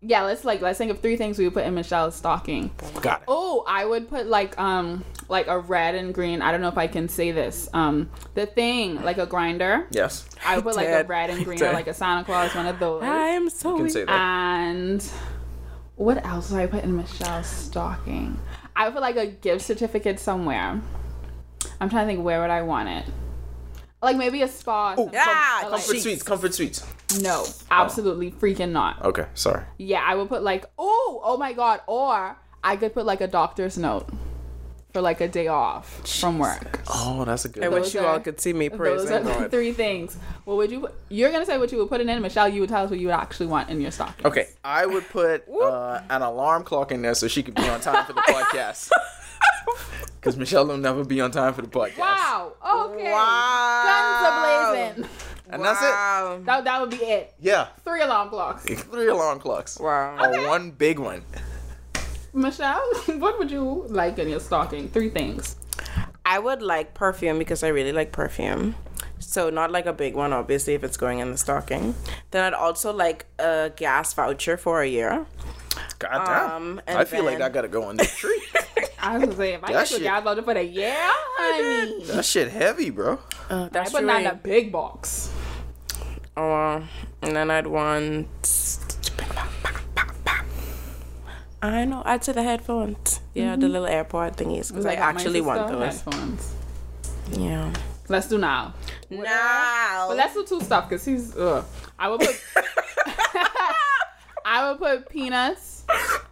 [SPEAKER 3] Yeah, let's like let's think of three things we would put in Michelle's stocking.
[SPEAKER 4] Got it.
[SPEAKER 3] Oh, I would put like um like a red and green. I don't know if I can say this. Um, the thing like a grinder.
[SPEAKER 4] Yes,
[SPEAKER 3] I would put like a
[SPEAKER 5] Dead.
[SPEAKER 3] red and green or
[SPEAKER 5] Dead.
[SPEAKER 3] like a Santa Claus, one of those.
[SPEAKER 5] I am so.
[SPEAKER 4] you can say that.
[SPEAKER 3] Ah. And what else would I put in Michelle's stocking? I would put like a gift certificate somewhere. I'm trying to think where would I want it. Like maybe a spa. or something.
[SPEAKER 5] yeah,
[SPEAKER 3] Or,
[SPEAKER 4] comfort
[SPEAKER 5] sheets.
[SPEAKER 4] sweets, comfort sweets.
[SPEAKER 3] No, absolutely freaking not.
[SPEAKER 4] Okay, sorry.
[SPEAKER 3] Yeah, I would put like, oh, oh my god, or I could put like a doctor's note for like a day off from work.
[SPEAKER 4] Oh, that's a good.
[SPEAKER 5] I
[SPEAKER 4] one.
[SPEAKER 5] wish you
[SPEAKER 3] are-
[SPEAKER 5] all could see me
[SPEAKER 3] Those are
[SPEAKER 5] praising
[SPEAKER 3] the
[SPEAKER 5] God.
[SPEAKER 3] three things. What would you? put- You're gonna say what you would put it in, Michelle. You would tell us what you would actually want in your stocking.
[SPEAKER 4] Okay, I would put uh, an alarm clock in there so she could be on time for the podcast. Because Michelle will never be on time for the podcast.
[SPEAKER 3] Wow. Okay.
[SPEAKER 5] Wow.
[SPEAKER 3] Guns a blazing.
[SPEAKER 4] And that's it.
[SPEAKER 5] Wow.
[SPEAKER 3] That, that would be it.
[SPEAKER 4] Yeah,
[SPEAKER 3] Three alarm clocks.
[SPEAKER 4] three alarm clocks.
[SPEAKER 5] Wow.
[SPEAKER 4] Or one big one.
[SPEAKER 3] Michelle, what would you like in your stocking? Three things.
[SPEAKER 5] I would like perfume because I really like perfume. So not like a big one, obviously, if it's going in the stocking. Then I'd also like a gas voucher for a year.
[SPEAKER 4] God damn.
[SPEAKER 5] Um, and
[SPEAKER 4] I feel like
[SPEAKER 5] then-
[SPEAKER 4] that gotta go in the tree.
[SPEAKER 3] I was gonna say if I get
[SPEAKER 4] shit-
[SPEAKER 3] you guys loaded for the year, honey,
[SPEAKER 4] that shit heavy, bro.
[SPEAKER 3] I
[SPEAKER 5] That's
[SPEAKER 3] put
[SPEAKER 5] true.
[SPEAKER 3] that in a big box.
[SPEAKER 5] Oh, and then I'd want. I know. I'd say the headphones. Yeah, the little AirPod thingies because Mm-hmm. I,
[SPEAKER 3] got my
[SPEAKER 5] actually want
[SPEAKER 3] sister
[SPEAKER 5] those.
[SPEAKER 3] Headphones.
[SPEAKER 5] Yeah.
[SPEAKER 3] Let's do now.
[SPEAKER 5] Now.
[SPEAKER 3] But let's do two stuff because he's. Ugh. I would put. I would put peanuts.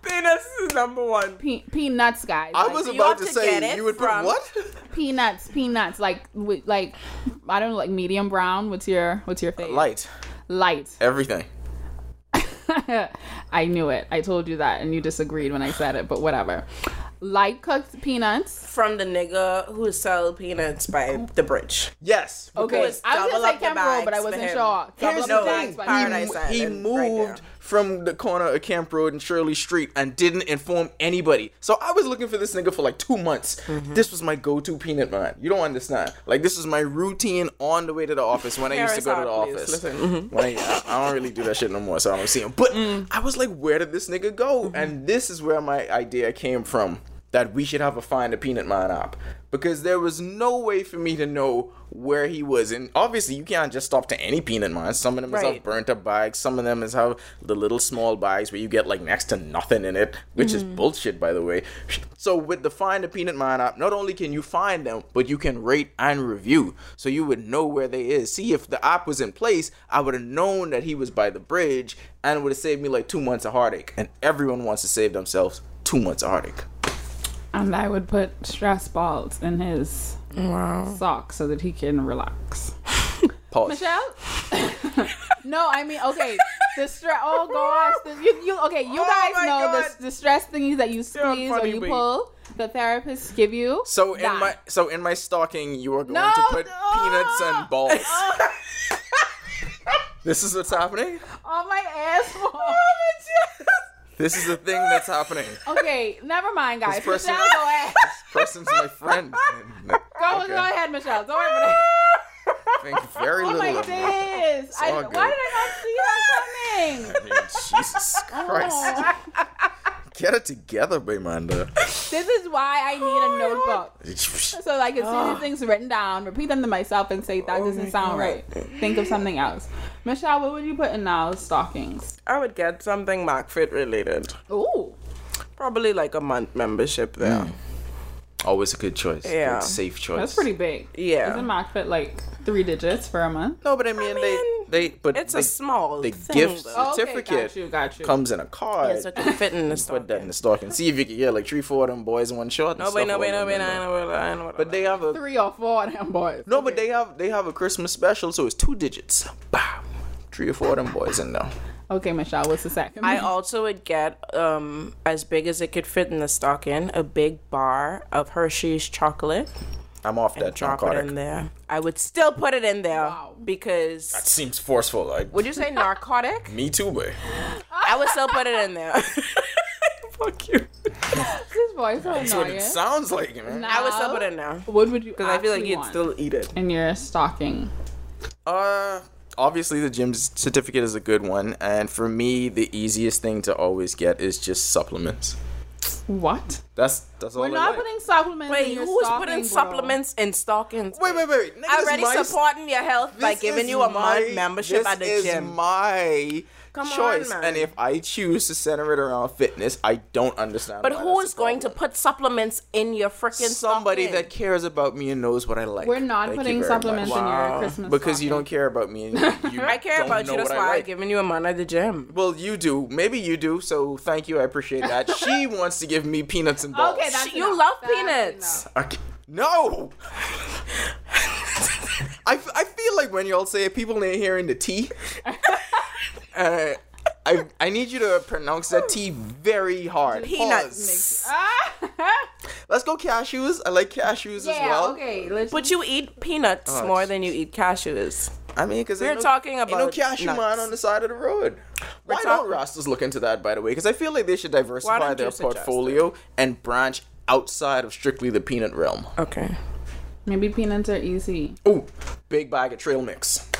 [SPEAKER 5] Peanuts is number one.
[SPEAKER 3] Pe- peanuts, guys.
[SPEAKER 4] I
[SPEAKER 3] Like,
[SPEAKER 4] was
[SPEAKER 5] you
[SPEAKER 4] about to
[SPEAKER 5] have to get
[SPEAKER 4] say
[SPEAKER 5] it
[SPEAKER 4] you would put
[SPEAKER 5] from-
[SPEAKER 4] what?
[SPEAKER 3] peanuts, peanuts. Like with like, I don't know, like medium brown. What's your what's your favorite?
[SPEAKER 4] Light.
[SPEAKER 3] Light.
[SPEAKER 4] Everything.
[SPEAKER 3] I knew it. I told you that, and you disagreed when I said it, but whatever. Light cooked peanuts.
[SPEAKER 5] From the nigga who sell peanuts by the bridge.
[SPEAKER 4] Yes.
[SPEAKER 3] Okay,
[SPEAKER 5] Because
[SPEAKER 3] I was
[SPEAKER 5] double
[SPEAKER 3] gonna say
[SPEAKER 5] up the
[SPEAKER 3] Camp Road,
[SPEAKER 5] bags
[SPEAKER 3] but I
[SPEAKER 5] for
[SPEAKER 3] wasn't
[SPEAKER 5] him.
[SPEAKER 3] sure. Double
[SPEAKER 4] Here's the
[SPEAKER 3] up
[SPEAKER 5] No,
[SPEAKER 4] thing.
[SPEAKER 5] that's Paradise
[SPEAKER 4] He- He,
[SPEAKER 5] Island right
[SPEAKER 4] moved
[SPEAKER 5] there.
[SPEAKER 4] from the corner of Camp Road and Shirley Street and didn't inform anybody. So I was looking for this nigga for like two months.
[SPEAKER 5] Mm-hmm.
[SPEAKER 4] This was my go-to peanut man. You don't understand. Like this was my routine on the way to the office when I used to
[SPEAKER 5] Parents
[SPEAKER 4] go to the
[SPEAKER 5] are, please,
[SPEAKER 4] office.
[SPEAKER 5] listen.
[SPEAKER 4] When I, I don't really do that shit no more, so I don't see him. But I was like, where did this nigga go? And this is where my idea came from that we should have a find a peanut mine app because there was no way for me to know where he was and obviously you can't just stop to any peanut mine some of them is have
[SPEAKER 5] Right.
[SPEAKER 4] burnt up bags some of them is have the little small bags where you get like next to nothing in it which is
[SPEAKER 3] Mm.
[SPEAKER 4] bullshit by the way so with the find a peanut mine app not only can you find them but you can rate and review so you would know where they is see if the app was in place i would have known that he was by the bridge and it would have saved me like two months of heartache and everyone wants to save themselves two months of heartache
[SPEAKER 3] And I would put stress balls in his sock so that he can relax.
[SPEAKER 4] Pause.
[SPEAKER 3] Michelle? no, I mean, okay. The stress. Oh gosh, the, you, you okay?
[SPEAKER 4] Oh
[SPEAKER 3] You guys
[SPEAKER 5] my
[SPEAKER 3] know
[SPEAKER 5] God.
[SPEAKER 3] the, the stress thingies that you
[SPEAKER 5] on
[SPEAKER 3] squeeze or
[SPEAKER 5] funny
[SPEAKER 3] you
[SPEAKER 5] week.
[SPEAKER 3] pull. The therapists give you.
[SPEAKER 4] So in
[SPEAKER 3] that.
[SPEAKER 4] my so in my stocking, you are going
[SPEAKER 3] No,
[SPEAKER 4] to put
[SPEAKER 3] no.
[SPEAKER 4] peanuts and balls. this is what's happening.
[SPEAKER 3] on my asshole.
[SPEAKER 4] Oh, This is the thing that's happening.
[SPEAKER 3] okay, never mind, guys.
[SPEAKER 4] This person-
[SPEAKER 3] Michelle, go ahead.
[SPEAKER 4] This person's my friend.
[SPEAKER 3] Go,
[SPEAKER 4] Okay.
[SPEAKER 3] go ahead, Michelle. Don't worry about it.
[SPEAKER 4] Think very
[SPEAKER 3] Oh
[SPEAKER 4] little.
[SPEAKER 3] my
[SPEAKER 4] of me.
[SPEAKER 3] days! I,
[SPEAKER 4] all
[SPEAKER 3] why
[SPEAKER 4] good.
[SPEAKER 3] did I not see that
[SPEAKER 4] I mean, Jesus Christ.
[SPEAKER 3] coming?
[SPEAKER 4] Get it together, Baymanda.
[SPEAKER 3] This is why I need
[SPEAKER 5] Oh
[SPEAKER 3] a notebook. So like as soon as things written down, repeat them to myself and say
[SPEAKER 5] Oh
[SPEAKER 3] that doesn't sound right. Think of something else. Michelle, what would you put in Niall's stockings?
[SPEAKER 5] I would get something MacFit related.
[SPEAKER 3] Ooh.
[SPEAKER 5] Probably like a month membership there.
[SPEAKER 4] Always a good choice.
[SPEAKER 5] Yeah.
[SPEAKER 4] Good, safe choice.
[SPEAKER 3] That's pretty big.
[SPEAKER 5] Yeah.
[SPEAKER 3] Isn't MacFit like three digits for a month?
[SPEAKER 4] No, but I mean,
[SPEAKER 5] mean,
[SPEAKER 4] they they but
[SPEAKER 5] It's
[SPEAKER 4] they,
[SPEAKER 5] a small
[SPEAKER 4] the
[SPEAKER 5] thing,
[SPEAKER 4] gift
[SPEAKER 5] though.
[SPEAKER 4] certificate
[SPEAKER 3] Okay, got you, got you.
[SPEAKER 4] comes in a card.
[SPEAKER 5] Yeah, so it can fit in the
[SPEAKER 4] Put that in
[SPEAKER 5] stocking.
[SPEAKER 4] the stocking. See if you can get like three, four of them boys in one shot.
[SPEAKER 5] No, wait, no, wait, no, wait, no, I know what I know what I
[SPEAKER 4] But
[SPEAKER 5] like.
[SPEAKER 4] they have a
[SPEAKER 3] Three or four of them boys.
[SPEAKER 4] No, but they have they have a Christmas special, so it's two digits. Bam. Three or four of them boys in there.
[SPEAKER 3] Okay, Michelle, what's the second?
[SPEAKER 5] I also would get um as big as it could fit in the stocking, a big bar of Hershey's chocolate.
[SPEAKER 4] I'm off that
[SPEAKER 5] Drop it in
[SPEAKER 4] narcotic.
[SPEAKER 5] there. I would still put it in there
[SPEAKER 3] Wow.
[SPEAKER 5] because
[SPEAKER 4] Seems forceful, like
[SPEAKER 5] would you say narcotic?
[SPEAKER 4] me too, boy.
[SPEAKER 5] I would still put it in there. Fuck you.
[SPEAKER 3] this voice is
[SPEAKER 4] That's what it
[SPEAKER 3] annoying.
[SPEAKER 4] sounds like, man.
[SPEAKER 5] I would still put it in there.
[SPEAKER 3] What would you? Because
[SPEAKER 5] I feel like you'd
[SPEAKER 3] want
[SPEAKER 5] still eat it.
[SPEAKER 3] in your stocking.
[SPEAKER 4] Uh, obviously the gym certificate is a good one, and for me, the easiest thing to always get is just supplements.
[SPEAKER 3] What?
[SPEAKER 4] That's that's all.
[SPEAKER 3] We're
[SPEAKER 4] I
[SPEAKER 3] not
[SPEAKER 4] like.
[SPEAKER 3] putting supplements. in
[SPEAKER 5] Wait,
[SPEAKER 3] your
[SPEAKER 5] who's
[SPEAKER 3] stocking,
[SPEAKER 5] putting
[SPEAKER 3] bro.
[SPEAKER 5] supplements in stockings?
[SPEAKER 4] Wait, wait, wait. Nigga, this
[SPEAKER 5] already
[SPEAKER 4] is my-
[SPEAKER 5] supporting your health by
[SPEAKER 4] this
[SPEAKER 5] giving
[SPEAKER 4] is
[SPEAKER 5] you a
[SPEAKER 4] my-
[SPEAKER 5] month membership
[SPEAKER 4] this
[SPEAKER 5] at the
[SPEAKER 4] is
[SPEAKER 5] gym.
[SPEAKER 4] my
[SPEAKER 5] Come on,
[SPEAKER 4] choice,
[SPEAKER 5] man.
[SPEAKER 4] and if I choose to center it around fitness, I don't understand.
[SPEAKER 5] But
[SPEAKER 4] why
[SPEAKER 5] who
[SPEAKER 4] that's
[SPEAKER 5] is
[SPEAKER 4] a
[SPEAKER 5] going to
[SPEAKER 4] problem.
[SPEAKER 5] put supplements in your freaking
[SPEAKER 4] somebody
[SPEAKER 5] stocking?
[SPEAKER 4] that cares about me and knows what I like.
[SPEAKER 3] We're not
[SPEAKER 4] Thank you
[SPEAKER 3] putting
[SPEAKER 4] very
[SPEAKER 3] supplements
[SPEAKER 4] much.
[SPEAKER 3] in your
[SPEAKER 5] Wow.
[SPEAKER 3] Christmas
[SPEAKER 4] because you don't
[SPEAKER 3] stocking.
[SPEAKER 4] care about me. And you, you
[SPEAKER 5] I care
[SPEAKER 4] don't
[SPEAKER 5] about
[SPEAKER 4] know
[SPEAKER 5] you. That's
[SPEAKER 4] what
[SPEAKER 5] why
[SPEAKER 4] I
[SPEAKER 5] I'm
[SPEAKER 4] like.
[SPEAKER 5] giving you a month at the gym.
[SPEAKER 4] Well, you do. Maybe you do. So thank you. I appreciate that. she wants to give me peanuts and balls.
[SPEAKER 3] Okay, that's
[SPEAKER 5] you
[SPEAKER 3] enough.
[SPEAKER 5] love
[SPEAKER 3] That's
[SPEAKER 5] peanuts.
[SPEAKER 4] I ca- no. I, f- I feel like when y'all say it, people ain't hearing the T. uh, I I need you to pronounce that T very hard.
[SPEAKER 5] Peanuts.
[SPEAKER 4] Pause. Let's go cashews. I like cashews
[SPEAKER 3] Yeah.
[SPEAKER 4] as well.
[SPEAKER 3] okay. Let's
[SPEAKER 5] But you eat peanuts more than you eat cashews.
[SPEAKER 4] I mean, because
[SPEAKER 5] We're talking
[SPEAKER 4] you know
[SPEAKER 5] about
[SPEAKER 4] cashew
[SPEAKER 5] nuts.
[SPEAKER 4] mine on the side of the road. Why
[SPEAKER 5] talk-
[SPEAKER 4] don't Rastas look into that, by the way? Because I feel like they should diversify
[SPEAKER 5] don't
[SPEAKER 4] their
[SPEAKER 5] you suggest
[SPEAKER 4] portfolio and branch outside of strictly the peanut realm.
[SPEAKER 5] Okay.
[SPEAKER 3] maybe peanuts are easy.
[SPEAKER 4] Ooh, big bag of trail mix.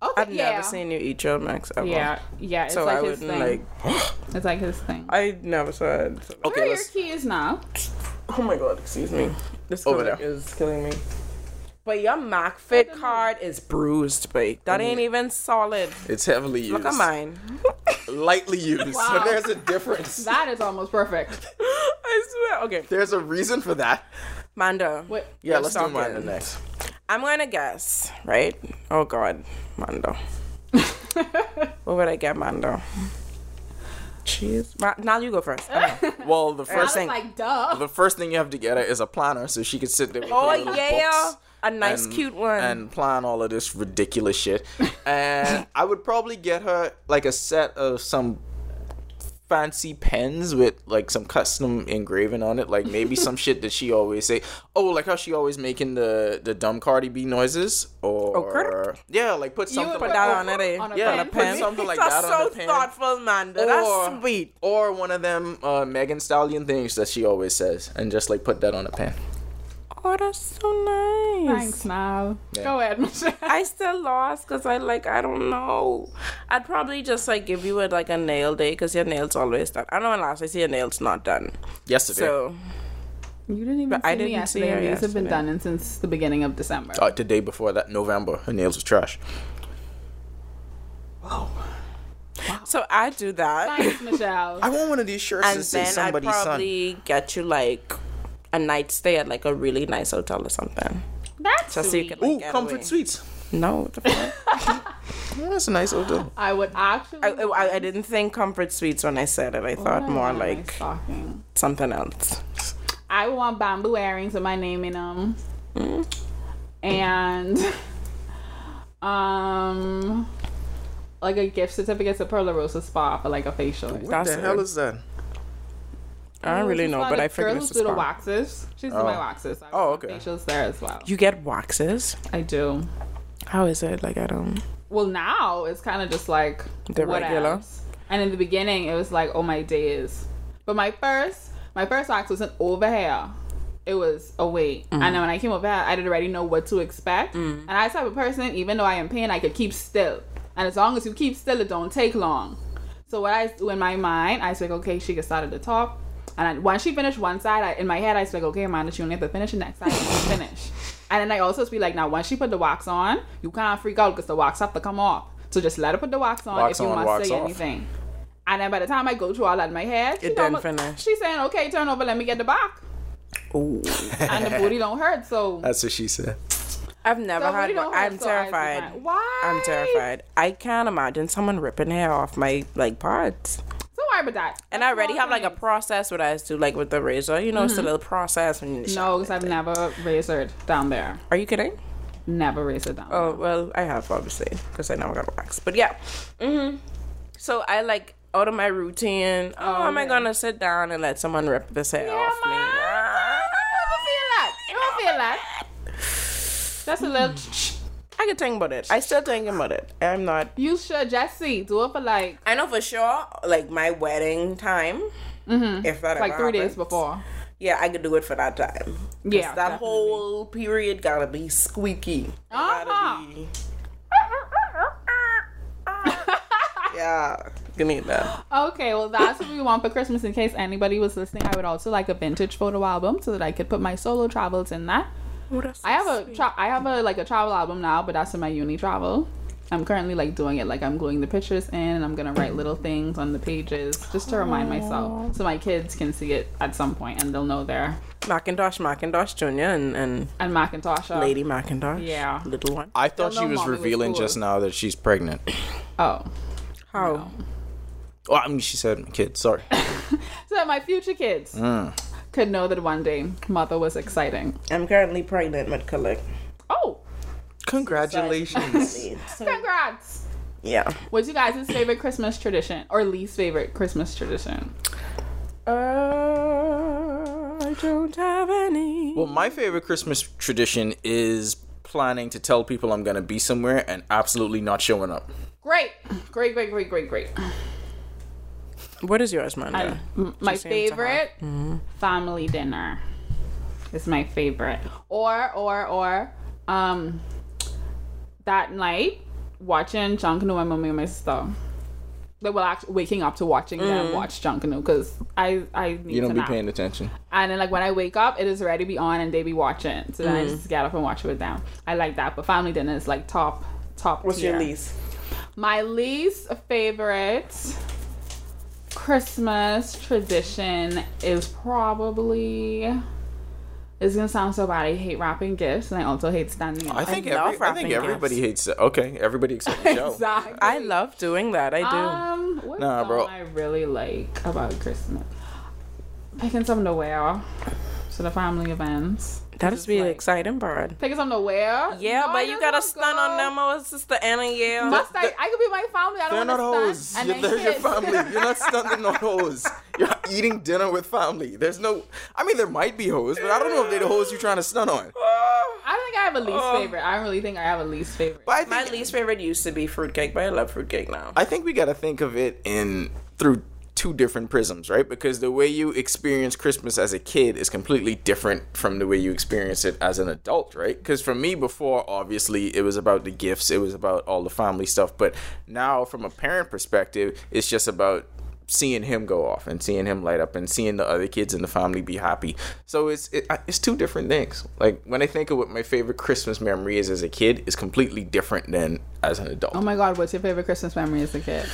[SPEAKER 3] Okay.
[SPEAKER 5] I've
[SPEAKER 3] yeah.
[SPEAKER 5] never seen you eat trail mix ever.
[SPEAKER 3] Yeah. Yeah. It's
[SPEAKER 5] So
[SPEAKER 3] like
[SPEAKER 5] I
[SPEAKER 3] his
[SPEAKER 5] wouldn't
[SPEAKER 3] thing.
[SPEAKER 5] like.
[SPEAKER 3] It's like his thing.
[SPEAKER 5] I never saw
[SPEAKER 3] Where
[SPEAKER 5] it.
[SPEAKER 3] are
[SPEAKER 4] Okay,
[SPEAKER 3] your
[SPEAKER 4] let's.
[SPEAKER 3] keys now?
[SPEAKER 5] Oh my god, excuse me. This
[SPEAKER 4] Over
[SPEAKER 5] COVID
[SPEAKER 4] there.
[SPEAKER 5] is killing me. But your MacFit card is bruised, babe. That ain't even solid.
[SPEAKER 4] It's heavily used.
[SPEAKER 5] Look at mine.
[SPEAKER 4] Lightly used.
[SPEAKER 3] Wow.
[SPEAKER 4] So there's a difference.
[SPEAKER 3] That is almost perfect.
[SPEAKER 5] I swear. Okay,
[SPEAKER 4] there's a reason for that.
[SPEAKER 5] Manda.
[SPEAKER 3] Wait,
[SPEAKER 4] Yeah, let's do
[SPEAKER 5] Stockings.
[SPEAKER 4] mine next.
[SPEAKER 5] I'm gonna guess, right? Oh God, Mando. what would I get, Mando? Cheese. Ma- now you go first. Okay.
[SPEAKER 4] Well, the
[SPEAKER 3] I
[SPEAKER 4] first
[SPEAKER 3] was
[SPEAKER 4] thing
[SPEAKER 3] like, duh.
[SPEAKER 4] the first thing you have to get her is a planner so she can sit there with
[SPEAKER 5] Oh,
[SPEAKER 4] her little
[SPEAKER 5] yeah.
[SPEAKER 4] books
[SPEAKER 5] A nice, cute one.
[SPEAKER 4] and plan all of this ridiculous shit and i would probably get her like a set of some fancy pens with like some custom engraving on it like maybe some shit that she always say oh like how she always making the the dumb cardi b noises
[SPEAKER 5] Oh,
[SPEAKER 4] or
[SPEAKER 5] Okay.
[SPEAKER 4] yeah like put something
[SPEAKER 5] put
[SPEAKER 4] like
[SPEAKER 5] that
[SPEAKER 3] a-
[SPEAKER 5] on it, eh?
[SPEAKER 3] On a
[SPEAKER 4] yeah,
[SPEAKER 3] pen.
[SPEAKER 4] put something like that
[SPEAKER 5] That's
[SPEAKER 4] on
[SPEAKER 5] so
[SPEAKER 4] the pen.
[SPEAKER 5] thoughtful, Manda. That's sweet.
[SPEAKER 4] Or one of them uh, Megan Stallion things that she always says, and just like put that on a pen.
[SPEAKER 5] Oh, that's so nice.
[SPEAKER 3] Thanks, now.
[SPEAKER 4] Yeah.
[SPEAKER 3] Go ahead, Michelle.
[SPEAKER 5] I still lost because I like I don't know. I'd probably just like give you a like a nail day because your nails always done. I know when last I see your nails not done.
[SPEAKER 4] Yesterday.
[SPEAKER 5] So
[SPEAKER 3] You didn't even
[SPEAKER 5] But
[SPEAKER 3] see
[SPEAKER 5] I
[SPEAKER 3] me
[SPEAKER 5] didn't see
[SPEAKER 3] yesterday.
[SPEAKER 5] her
[SPEAKER 3] These have been
[SPEAKER 5] yesterday.
[SPEAKER 3] done in since the beginning of December.
[SPEAKER 4] Uh, the day before that, November, her nails was trash.
[SPEAKER 5] so I do that,
[SPEAKER 3] Thanks, Michelle.
[SPEAKER 4] I want one of these shirts
[SPEAKER 5] and
[SPEAKER 4] that say
[SPEAKER 5] then I'd
[SPEAKER 4] somebody's son.
[SPEAKER 5] probably get you like a night stay at like a really nice hotel or something.
[SPEAKER 3] That's
[SPEAKER 5] Just so you
[SPEAKER 3] sweet.
[SPEAKER 5] can like,
[SPEAKER 4] Ooh,
[SPEAKER 5] get
[SPEAKER 4] comfort
[SPEAKER 5] away.
[SPEAKER 4] sweets.
[SPEAKER 5] No, what the fuck?
[SPEAKER 4] Oh, that's a nice old deal.
[SPEAKER 3] I would actually.
[SPEAKER 5] I, oh, I, I didn't think comfort sweets when I said it. I thought more
[SPEAKER 3] want in my
[SPEAKER 5] like
[SPEAKER 3] stocking.
[SPEAKER 5] something else.
[SPEAKER 3] I want bamboo earrings with my name in them, and um, like a gift certificate to Perla Rosa Spa for like a facial.
[SPEAKER 4] What
[SPEAKER 5] That's
[SPEAKER 4] the hell
[SPEAKER 5] it.
[SPEAKER 4] is that?
[SPEAKER 5] I don't really know, but I figured
[SPEAKER 3] girls do
[SPEAKER 5] it's a
[SPEAKER 3] the
[SPEAKER 5] spa.
[SPEAKER 3] waxes. She's do my waxes. I
[SPEAKER 4] Oh,
[SPEAKER 3] do
[SPEAKER 4] okay.
[SPEAKER 3] Facials there as well.
[SPEAKER 5] You get waxes.
[SPEAKER 3] I do.
[SPEAKER 5] How is it? Like I don't.
[SPEAKER 3] Well, now it's kind of just like
[SPEAKER 5] The
[SPEAKER 3] what
[SPEAKER 5] regular?
[SPEAKER 3] else? And in the beginning, it was like, oh my days. But my first, my first wax wasn't over hair. It was oh wait. And then when I came over here, I didn't already know what to expect. And I type of person, even though I am pain, I could keep still. And as long as you keep still, it don't take long. So what I do in my mind, I think, okay, she can start at the top. And I, once she finished one side, I, in my head, I was like, okay, Amanda, she only have to finish the next side. and she finish. And then I also be like, now, once she put the wax on, you can't freak out because the wax have to come off. So just let her put the wax on
[SPEAKER 4] Wax
[SPEAKER 3] if you
[SPEAKER 4] on,
[SPEAKER 3] must
[SPEAKER 4] wax
[SPEAKER 3] say
[SPEAKER 4] off.
[SPEAKER 3] anything. And then by the time I go through all that in my head, she
[SPEAKER 5] It done
[SPEAKER 3] almost-
[SPEAKER 5] finish.
[SPEAKER 3] She's saying, okay, turn over, let me get the back.
[SPEAKER 5] Ooh.
[SPEAKER 3] And the booty don't hurt, so.
[SPEAKER 4] That's what she said.
[SPEAKER 5] I've never
[SPEAKER 3] the
[SPEAKER 5] had
[SPEAKER 3] booty
[SPEAKER 5] one.
[SPEAKER 3] don't hurt, so I
[SPEAKER 5] I'm
[SPEAKER 3] do
[SPEAKER 5] terrified.
[SPEAKER 3] mine. Why?
[SPEAKER 5] I'm terrified. I can't imagine someone ripping hair off my like parts.
[SPEAKER 3] So why about that?
[SPEAKER 5] And I already have like a
[SPEAKER 3] That's
[SPEAKER 5] process what I do, like with the razor. You know, it's a little process. When you
[SPEAKER 3] all I need. Mm-hmm. No, because I've never razored down there.
[SPEAKER 5] Are you kidding?
[SPEAKER 3] Never razored down there.
[SPEAKER 5] Oh well, I have obviously because I never got wax. But yeah, hmm so I like out of my routine. Oh, am I gonna sit down and let someone rip this hair
[SPEAKER 3] Yeah,
[SPEAKER 5] off me?
[SPEAKER 3] man.
[SPEAKER 5] Ah,
[SPEAKER 3] You feel that? You don't feel that? That's a
[SPEAKER 5] Hmm.
[SPEAKER 3] little.
[SPEAKER 5] I can think about it. I still think about it. I'm not.
[SPEAKER 3] You should just see. Do it for like
[SPEAKER 5] I know for sure, like my wedding time. If that
[SPEAKER 3] Mm-hmm. like
[SPEAKER 5] ever
[SPEAKER 3] three days
[SPEAKER 5] happens.
[SPEAKER 3] before.
[SPEAKER 5] yeah, I could do it for that time. 'Cause
[SPEAKER 3] Yeah,
[SPEAKER 5] that whole period gotta be squeaky. It gotta
[SPEAKER 3] Uh-huh.
[SPEAKER 5] be- yeah, you need that.
[SPEAKER 3] Okay, well that's what we want for Christmas. In case anybody was listening, I would also like a vintage photo album so that I could put my solo travels in that. I have a tra- I have a like a travel album now, but that's in my uni travel. I'm currently like doing it like I'm gluing the pictures in and I'm gonna write little things on the pages just to remind myself so my kids can see it at some point and they'll know they're
[SPEAKER 5] Macintosh, Macintosh Jr. and, and
[SPEAKER 3] and Macintosha.
[SPEAKER 5] Lady Macintosh.
[SPEAKER 3] Yeah.
[SPEAKER 5] Little one.
[SPEAKER 4] I thought
[SPEAKER 3] Don't
[SPEAKER 4] she
[SPEAKER 3] know,
[SPEAKER 4] was
[SPEAKER 3] mommy was
[SPEAKER 4] revealing
[SPEAKER 3] cool.
[SPEAKER 4] just now that she's pregnant.
[SPEAKER 3] Oh.
[SPEAKER 5] How?
[SPEAKER 4] Oh, I mean, she said kid. Sorry.
[SPEAKER 3] so that my future kids could know that one day mother was exciting.
[SPEAKER 5] I'm currently pregnant with Kalik.
[SPEAKER 3] Oh,
[SPEAKER 4] Congratulations.
[SPEAKER 3] congrats!
[SPEAKER 5] yeah.
[SPEAKER 3] What's you guys' favorite Christmas tradition or least favorite Christmas tradition?
[SPEAKER 5] Uh, I don't have any.
[SPEAKER 4] Well, my favorite Christmas tradition is planning to tell people I'm gonna be somewhere and absolutely not showing up.
[SPEAKER 3] Great, great, great, great, great, great.
[SPEAKER 5] What is yours, Manda?
[SPEAKER 3] M- my
[SPEAKER 5] seem to
[SPEAKER 3] favorite
[SPEAKER 5] Mm-hmm.
[SPEAKER 3] family dinner is my favorite. Or or or um that night watching Junk New and Mommy and my sister. that were actually waking up to watching
[SPEAKER 5] Mm.
[SPEAKER 3] them watch Junkanoo because I I need
[SPEAKER 4] You don't
[SPEAKER 3] to
[SPEAKER 4] be
[SPEAKER 3] nap.
[SPEAKER 4] paying attention.
[SPEAKER 3] And then like when I wake up, it is already be on and they be watching. So then
[SPEAKER 5] Mm.
[SPEAKER 3] I just get up and watch it with them. I like that. But family dinner is like top top.
[SPEAKER 5] What's your
[SPEAKER 3] tier.
[SPEAKER 5] least?
[SPEAKER 3] My least favorite Christmas tradition is probably. It's gonna sound so bad. I hate wrapping gifts, and I also hate standing.
[SPEAKER 4] I
[SPEAKER 3] up.
[SPEAKER 4] think every,
[SPEAKER 5] love
[SPEAKER 4] I think
[SPEAKER 5] wrapping
[SPEAKER 4] everybody hates
[SPEAKER 5] gifts.
[SPEAKER 4] it. Okay, everybody except Michelle.
[SPEAKER 3] exactly.
[SPEAKER 5] I love doing that. I do.
[SPEAKER 3] Um, what
[SPEAKER 4] Nah,
[SPEAKER 3] don't
[SPEAKER 4] bro.
[SPEAKER 3] I really like about Christmas? Picking something to wear to the family events.
[SPEAKER 5] that is really
[SPEAKER 3] like-
[SPEAKER 5] exciting, Brad.
[SPEAKER 3] Picking something to wear.
[SPEAKER 5] Yeah,
[SPEAKER 3] No, I
[SPEAKER 5] but
[SPEAKER 3] just
[SPEAKER 5] you got a
[SPEAKER 3] don't
[SPEAKER 5] stun
[SPEAKER 3] go.
[SPEAKER 5] on them, oh, sister Anna Yale.
[SPEAKER 3] Must I? I could be my family. I
[SPEAKER 4] They're
[SPEAKER 3] don't
[SPEAKER 4] not
[SPEAKER 3] want to
[SPEAKER 4] hoes.
[SPEAKER 3] stun.
[SPEAKER 4] You're,
[SPEAKER 3] And
[SPEAKER 4] there's
[SPEAKER 3] then
[SPEAKER 4] your
[SPEAKER 3] kids.
[SPEAKER 4] family. You're not stunting on hoes. You're eating dinner with family. There's no. I mean, there might be hoes, but I don't know if they're the hoes you're trying to stun on.
[SPEAKER 3] I don't think I have a least
[SPEAKER 5] Oh.
[SPEAKER 3] favorite. I don't really think I have a least favorite.
[SPEAKER 4] But I think,
[SPEAKER 5] My least favorite used to be fruitcake, but I love fruitcake now.
[SPEAKER 4] I think we got to think of it in through two different prisms, right? Because the way you experience Christmas as a kid is completely different from the way you experience it as an adult, right? Because for me before, obviously, it was about the gifts, it was about all the family stuff, but now from a parent perspective, it's just about seeing him go off and seeing him light up and seeing the other kids in the family be happy. So it's it, I- it's two different things. Like when I think of what my favorite Christmas memory is as a kid, is completely different than as an adult.
[SPEAKER 3] Oh my god, what's your favorite Christmas memory as a kid?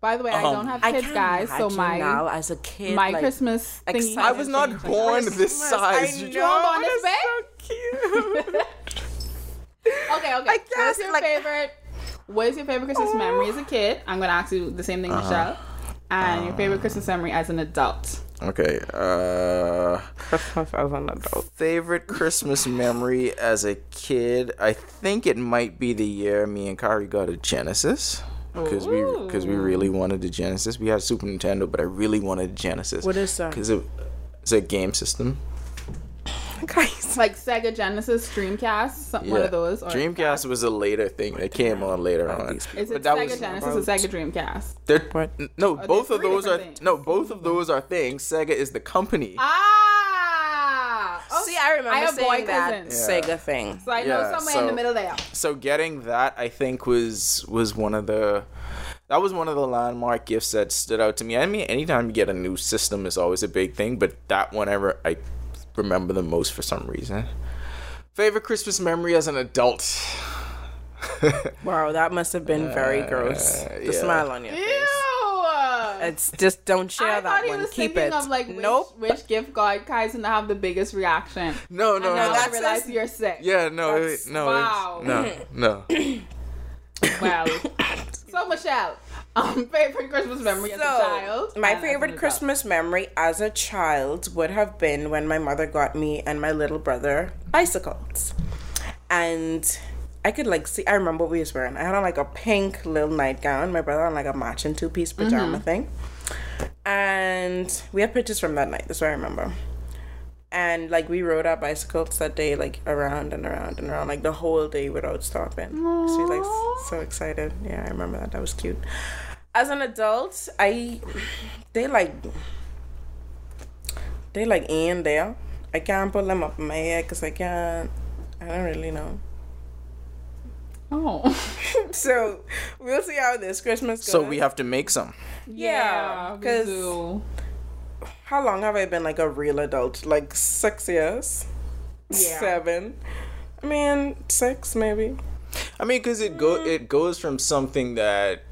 [SPEAKER 3] By the way, I don't have
[SPEAKER 5] Um, I
[SPEAKER 3] kids,
[SPEAKER 5] can't
[SPEAKER 3] guys, so
[SPEAKER 5] imagine
[SPEAKER 3] my
[SPEAKER 5] now as a kid,
[SPEAKER 3] my
[SPEAKER 5] like,
[SPEAKER 3] Christmas thingy.
[SPEAKER 5] excited
[SPEAKER 4] I was not
[SPEAKER 3] Christmas.
[SPEAKER 4] born this
[SPEAKER 5] Christmas,
[SPEAKER 4] size.
[SPEAKER 5] I
[SPEAKER 4] You
[SPEAKER 5] know.
[SPEAKER 3] Hold on, this
[SPEAKER 5] that's
[SPEAKER 3] bit.
[SPEAKER 5] so cute.
[SPEAKER 3] Okay, okay.
[SPEAKER 5] guess,
[SPEAKER 3] What's your
[SPEAKER 5] like- Oh.
[SPEAKER 3] favorite? What is your favorite Christmas memory as a kid? I'm gonna ask you the same thing,
[SPEAKER 4] Uh-huh.
[SPEAKER 3] Michelle. And your
[SPEAKER 4] Uh.
[SPEAKER 3] favorite Christmas memory as an adult?
[SPEAKER 4] Okay. Uh,
[SPEAKER 5] Christmas as an adult.
[SPEAKER 4] favorite Christmas memory as a kid? I think it might be the year me and Kari got a Genesis. Because we, because we really wanted a Genesis. We had a Super Nintendo, but I really wanted a Genesis.
[SPEAKER 5] What is that?
[SPEAKER 4] Because it, it's a game system.
[SPEAKER 5] Guys,
[SPEAKER 3] Like Sega Genesis, Dreamcast, some, one
[SPEAKER 4] Yeah.
[SPEAKER 3] of those. Or
[SPEAKER 4] Dreamcast was a later thing that came on later on.
[SPEAKER 3] Is it
[SPEAKER 4] But that
[SPEAKER 3] Sega
[SPEAKER 4] was-
[SPEAKER 3] Genesis or Sega Dreamcast?
[SPEAKER 4] They're-
[SPEAKER 5] What?
[SPEAKER 4] n- No, both of
[SPEAKER 3] three
[SPEAKER 4] those are
[SPEAKER 3] different things?
[SPEAKER 4] no, both of those are things. Sega is the company.
[SPEAKER 3] Ah! Oh,
[SPEAKER 5] see, I remember
[SPEAKER 3] I have
[SPEAKER 5] saying
[SPEAKER 3] boy
[SPEAKER 5] that
[SPEAKER 3] cousins.
[SPEAKER 5] Sega thing.
[SPEAKER 3] So I know
[SPEAKER 4] Yeah,
[SPEAKER 3] somewhere in the
[SPEAKER 4] so-
[SPEAKER 3] middle there.
[SPEAKER 4] so getting that i think was was one of the that was one of the landmark gifts that stood out to me i mean anytime you get a new system is always a big thing but that one ever i remember the most for some reason favorite christmas memory as an adult
[SPEAKER 5] Wow, that must have been very gross. The
[SPEAKER 4] yeah.
[SPEAKER 5] smile on your
[SPEAKER 3] Ew!
[SPEAKER 5] face. It's just don't share
[SPEAKER 3] I
[SPEAKER 5] that
[SPEAKER 3] thought he
[SPEAKER 5] one.
[SPEAKER 3] was
[SPEAKER 5] Keep
[SPEAKER 3] thinking
[SPEAKER 5] it.
[SPEAKER 3] of like which,
[SPEAKER 5] nope.
[SPEAKER 3] which gift god guys and have the biggest reaction.
[SPEAKER 4] no no
[SPEAKER 3] and now
[SPEAKER 4] no
[SPEAKER 3] I
[SPEAKER 5] that's
[SPEAKER 3] realize
[SPEAKER 5] just-
[SPEAKER 3] you're sick.
[SPEAKER 4] yeah no it, no
[SPEAKER 3] wow.
[SPEAKER 4] it's, no no
[SPEAKER 3] Well, so Michelle, um, favorite Christmas memory as a child.
[SPEAKER 5] My
[SPEAKER 3] and as an
[SPEAKER 5] favorite
[SPEAKER 3] adult.
[SPEAKER 5] Christmas memory as a child would have been when my mother got me and my little brother bicycles. And I could like see I remember what we was wearing. I had on like a pink little nightgown, my brother on like a matching two piece pajama
[SPEAKER 3] Mm-hmm.
[SPEAKER 5] thing. And we have pictures from that night, that's what I remember. And like we rode our bicycles that day, like around and around and around, like the whole day without stopping. She was like s- so excited. Yeah, I remember that. That was cute. As an adult, I they like they like in there. I can't pull them up in my head because I can't. I don't really know.
[SPEAKER 3] Oh,
[SPEAKER 5] So we'll see how this Christmas goes.
[SPEAKER 4] so we have to make some
[SPEAKER 5] yeah. Because
[SPEAKER 3] because
[SPEAKER 5] how long have I been like a real adult? Like six years, seven. I mean, six maybe.
[SPEAKER 4] I mean, because it go it goes from something that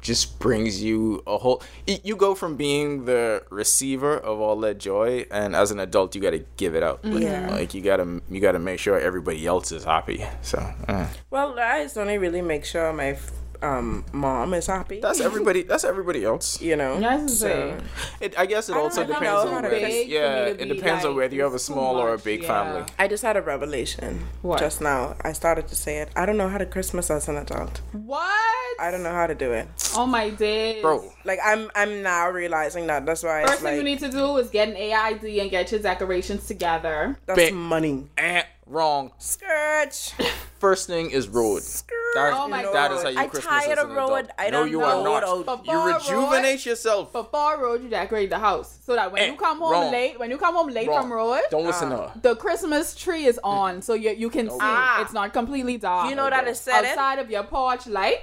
[SPEAKER 4] just brings you a whole. y- You go from being the receiver of all that joy, and as an adult, you got to give it out. Like, like you gotta you gotta make sure everybody else is happy. So uh.
[SPEAKER 5] Well, I just only really make sure my f- um, mom is happy.
[SPEAKER 4] that's everybody. That's everybody else.
[SPEAKER 5] you know.
[SPEAKER 3] Yes, it's a-
[SPEAKER 4] It, I guess it also
[SPEAKER 5] know
[SPEAKER 4] depends
[SPEAKER 5] how
[SPEAKER 4] on
[SPEAKER 5] to
[SPEAKER 4] whether
[SPEAKER 5] big
[SPEAKER 4] yeah,
[SPEAKER 3] for me to
[SPEAKER 4] it
[SPEAKER 3] be
[SPEAKER 4] depends on
[SPEAKER 3] like,
[SPEAKER 4] whether you have a
[SPEAKER 3] it's too
[SPEAKER 4] small or a
[SPEAKER 3] much,
[SPEAKER 4] big
[SPEAKER 3] yeah.
[SPEAKER 4] family.
[SPEAKER 5] I just had a revelation
[SPEAKER 3] What?
[SPEAKER 5] just now. I started to say it. I don't know how to Christmas as an adult.
[SPEAKER 3] what?
[SPEAKER 5] I don't know how to do it.
[SPEAKER 3] Oh my days,
[SPEAKER 4] Bro,
[SPEAKER 5] Like I'm I'm now realizing that. That's why
[SPEAKER 3] First
[SPEAKER 5] it's
[SPEAKER 3] thing
[SPEAKER 5] like
[SPEAKER 3] you need to do is get an AID and get your decorations together.
[SPEAKER 5] that's
[SPEAKER 4] Big.
[SPEAKER 5] money.
[SPEAKER 4] eh, wrong.
[SPEAKER 5] Scourge.
[SPEAKER 4] First thing is road. That,
[SPEAKER 3] Oh my
[SPEAKER 4] that
[SPEAKER 3] God.
[SPEAKER 4] is how you
[SPEAKER 5] I
[SPEAKER 4] Christmas
[SPEAKER 5] tired
[SPEAKER 4] as
[SPEAKER 5] of
[SPEAKER 4] an
[SPEAKER 5] road.
[SPEAKER 4] adult. no,
[SPEAKER 5] I don't
[SPEAKER 4] you
[SPEAKER 5] know
[SPEAKER 4] are
[SPEAKER 5] road.
[SPEAKER 4] not.
[SPEAKER 3] Before
[SPEAKER 4] You rejuvenate yourself.
[SPEAKER 3] Before road, you decorate the house so that when
[SPEAKER 4] Eh,
[SPEAKER 3] you come home
[SPEAKER 4] wrong.
[SPEAKER 3] late, when you come home late
[SPEAKER 4] Wrong.
[SPEAKER 3] from road,
[SPEAKER 4] Don't listen to her.
[SPEAKER 3] the Christmas tree is
[SPEAKER 4] Mm.
[SPEAKER 3] on, so you you can see
[SPEAKER 4] Ah.
[SPEAKER 3] it's not completely dark.
[SPEAKER 5] You know that is setting.
[SPEAKER 3] outside of your porch light.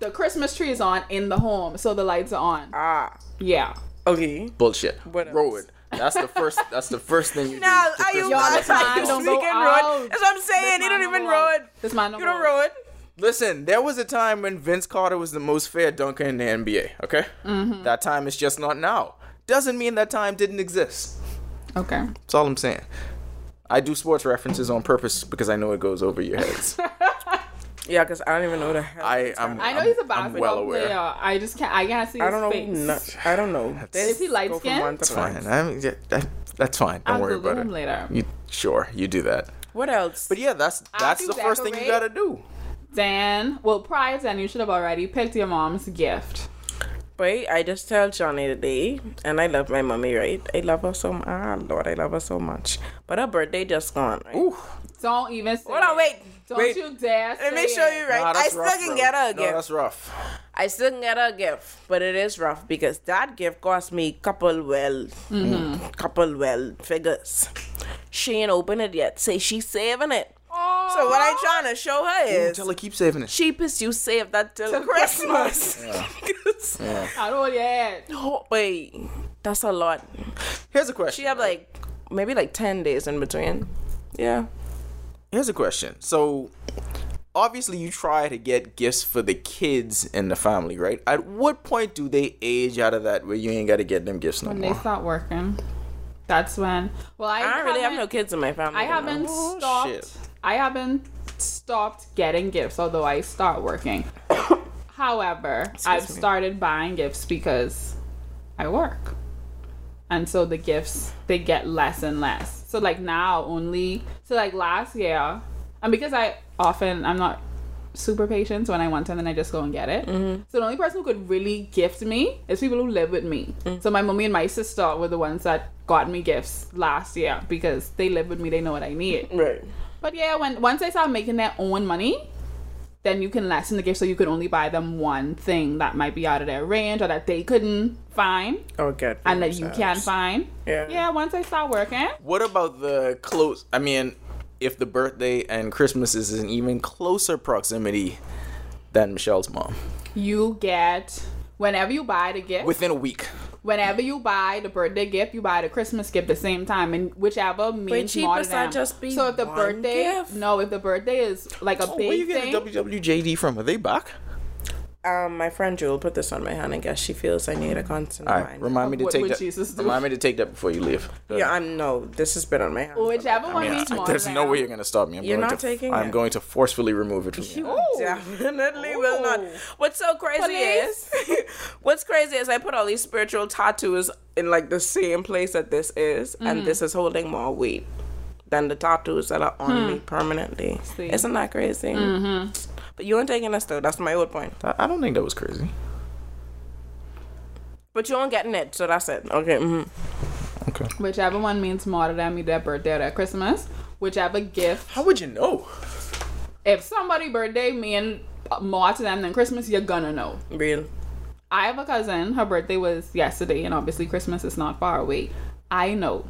[SPEAKER 3] The Christmas tree is on in the home, so the lights are on.
[SPEAKER 5] Ah,
[SPEAKER 3] yeah.
[SPEAKER 5] okay.
[SPEAKER 4] Bullshit.
[SPEAKER 5] What
[SPEAKER 4] Row
[SPEAKER 5] else?
[SPEAKER 4] it. That's the first. That's the first thing you
[SPEAKER 5] Now,
[SPEAKER 4] do. to
[SPEAKER 5] are you
[SPEAKER 4] Christmas
[SPEAKER 3] Y'all,
[SPEAKER 5] mad?
[SPEAKER 3] this man
[SPEAKER 5] This
[SPEAKER 3] don't go
[SPEAKER 5] weekend
[SPEAKER 3] out.
[SPEAKER 5] road. That's what I'm saying. You
[SPEAKER 3] man
[SPEAKER 5] don't
[SPEAKER 3] don't
[SPEAKER 5] even
[SPEAKER 3] go
[SPEAKER 5] roll
[SPEAKER 3] out.
[SPEAKER 5] it.
[SPEAKER 3] This man don't
[SPEAKER 5] You don't
[SPEAKER 3] go out.
[SPEAKER 5] roll it.
[SPEAKER 4] Listen, there was a time when Vince Carter was the most fair dunker in the NBA. Okay,
[SPEAKER 3] Mm-hmm.
[SPEAKER 4] that time is just not now. Doesn't mean that time didn't exist.
[SPEAKER 3] Okay.
[SPEAKER 4] That's all I'm saying. I do sports references on purpose because I know it goes over your heads.
[SPEAKER 5] Yeah, because I don't even know the hell.
[SPEAKER 4] I I'm,
[SPEAKER 3] I know
[SPEAKER 4] I'm-
[SPEAKER 3] he's a
[SPEAKER 4] I'm
[SPEAKER 3] basketball
[SPEAKER 4] well aware.
[SPEAKER 3] player. I just can't. I can't see his
[SPEAKER 5] I don't
[SPEAKER 3] face.
[SPEAKER 5] know. Not, I don't know.
[SPEAKER 3] Is he light skinned?
[SPEAKER 4] It's fine. I'm, yeah, that, that's fine. Don't
[SPEAKER 3] I'll
[SPEAKER 4] worry
[SPEAKER 3] Google
[SPEAKER 4] about
[SPEAKER 3] him
[SPEAKER 4] it.
[SPEAKER 3] later.
[SPEAKER 4] You sure you do that?
[SPEAKER 5] What else?
[SPEAKER 4] But yeah, that's that's
[SPEAKER 3] do
[SPEAKER 4] the first thing you gotta
[SPEAKER 3] decorate.
[SPEAKER 4] do.
[SPEAKER 3] Dan, well, prior to then, you should have already picked your mom's gift.
[SPEAKER 5] Wait, I just tell Johnny today, and I love my mommy, right? I love her so much. Ah, Lord, I love her so much. But her birthday just gone. Right? Ooh,
[SPEAKER 3] Don't even. Say
[SPEAKER 5] hold on,
[SPEAKER 3] it.
[SPEAKER 5] wait.
[SPEAKER 3] Don't
[SPEAKER 5] wait.
[SPEAKER 3] you dare.
[SPEAKER 5] Let me
[SPEAKER 3] say
[SPEAKER 5] show
[SPEAKER 3] it.
[SPEAKER 5] you right.
[SPEAKER 4] Nah,
[SPEAKER 5] I
[SPEAKER 4] that's
[SPEAKER 5] still
[SPEAKER 4] rough,
[SPEAKER 5] can
[SPEAKER 4] bro.
[SPEAKER 5] get her a
[SPEAKER 4] No,
[SPEAKER 5] gift.
[SPEAKER 4] that's rough.
[SPEAKER 5] I still can get her a gift, but it is rough because that gift cost me couple well,
[SPEAKER 3] Mm-hmm.
[SPEAKER 5] couple well figures. She ain't opened it yet. Say she's saving it.
[SPEAKER 3] Oh,
[SPEAKER 5] So what I trying to show her
[SPEAKER 4] Ooh,
[SPEAKER 5] is
[SPEAKER 4] tell her keep saving it.
[SPEAKER 5] cheapest you save that till, Christmas.
[SPEAKER 3] I don't yet.
[SPEAKER 5] Oh, wait, that's a lot.
[SPEAKER 4] Here's a question.
[SPEAKER 5] She have like maybe like ten days in between. Yeah.
[SPEAKER 4] Here's a question. So obviously you try to get gifts for the kids in the family, right? At what point do they age out of that where you ain't gotta get them gifts no
[SPEAKER 3] When they
[SPEAKER 4] more?
[SPEAKER 3] start working, that's when. Well, I,
[SPEAKER 5] I don't really have no
[SPEAKER 3] haven't-
[SPEAKER 5] kids in my family.
[SPEAKER 3] I
[SPEAKER 5] you know.
[SPEAKER 3] haven't
[SPEAKER 4] Bullshit.
[SPEAKER 3] stopped. I haven't stopped getting gifts, although I start working. However, I've
[SPEAKER 5] me.
[SPEAKER 3] started buying gifts because I work, and so the gifts they get less and less. So like now only so like last year, and because I often I'm not super patient so when I want something I just go and get it. So the only person who could really gift me is people who live with me. So my mommy and my sister were the ones that got me gifts last year because they live with me, they know what I need.
[SPEAKER 5] Right.
[SPEAKER 3] But yeah, when once they start making their own money, then you can lessen the gift so you could only buy them one thing that might be out of their range or that they couldn't find
[SPEAKER 5] Oh God.
[SPEAKER 3] and that you can find.
[SPEAKER 5] Yeah.
[SPEAKER 3] Yeah, once I start working.
[SPEAKER 4] What about the close? I mean, if the birthday and Christmas is in even closer proximity than Michelle's mom,
[SPEAKER 3] you get whenever you buy the gift
[SPEAKER 4] within a week.
[SPEAKER 3] whenever you buy the birthday gift you buy the christmas gift the same time and whichever means
[SPEAKER 5] cheap
[SPEAKER 3] more to
[SPEAKER 5] is that
[SPEAKER 3] them.
[SPEAKER 5] just be
[SPEAKER 3] so if the
[SPEAKER 5] one
[SPEAKER 3] birthday
[SPEAKER 5] gift?
[SPEAKER 3] no if the birthday is like a
[SPEAKER 4] Oh, where you
[SPEAKER 3] big
[SPEAKER 4] getting
[SPEAKER 3] thing
[SPEAKER 4] WWJD from? Are they back?
[SPEAKER 5] Um, my friend Jewel put this on my hand. I guess she feels I need a constant
[SPEAKER 4] All right,
[SPEAKER 5] reminder.
[SPEAKER 4] remind me to
[SPEAKER 3] What
[SPEAKER 4] take
[SPEAKER 3] would
[SPEAKER 4] that.
[SPEAKER 3] Jesus do?
[SPEAKER 4] Remind me to take that before you leave.
[SPEAKER 5] yeah, I'm no. This has been on my hand. for
[SPEAKER 3] whichever
[SPEAKER 5] like-
[SPEAKER 3] one
[SPEAKER 4] Yeah,
[SPEAKER 3] means more
[SPEAKER 4] there's
[SPEAKER 3] to
[SPEAKER 4] no
[SPEAKER 3] them.
[SPEAKER 4] way you're gonna stop me. I'm
[SPEAKER 5] You're
[SPEAKER 4] going
[SPEAKER 5] not
[SPEAKER 4] to,
[SPEAKER 5] taking
[SPEAKER 4] I'm
[SPEAKER 5] it.
[SPEAKER 4] going to forcefully remove it from you.
[SPEAKER 5] Definitely will not.
[SPEAKER 3] Ooh.
[SPEAKER 5] What's so crazy
[SPEAKER 3] Police.
[SPEAKER 5] is, what's crazy is I put all these spiritual tattoos in like the same place that this is,
[SPEAKER 3] Mm-hmm.
[SPEAKER 5] and this is holding more weight than the tattoos that are on me permanently.
[SPEAKER 3] Hmm. See. Mm-hmm.
[SPEAKER 5] Isn't that crazy? But you ain't taking us though. That's my old point.
[SPEAKER 4] I I don't think that was crazy.
[SPEAKER 5] But you ain't getting it, so that's it. Okay. mhm.
[SPEAKER 4] Okay.
[SPEAKER 3] whichever one means more to them either their birthday or their christmas whichever gift
[SPEAKER 4] How would you know?
[SPEAKER 3] if somebody birthday mean more to them than christmas you're gonna know
[SPEAKER 5] Real.
[SPEAKER 3] I have a cousin. Her birthday was yesterday, and obviously Christmas is not far away. I know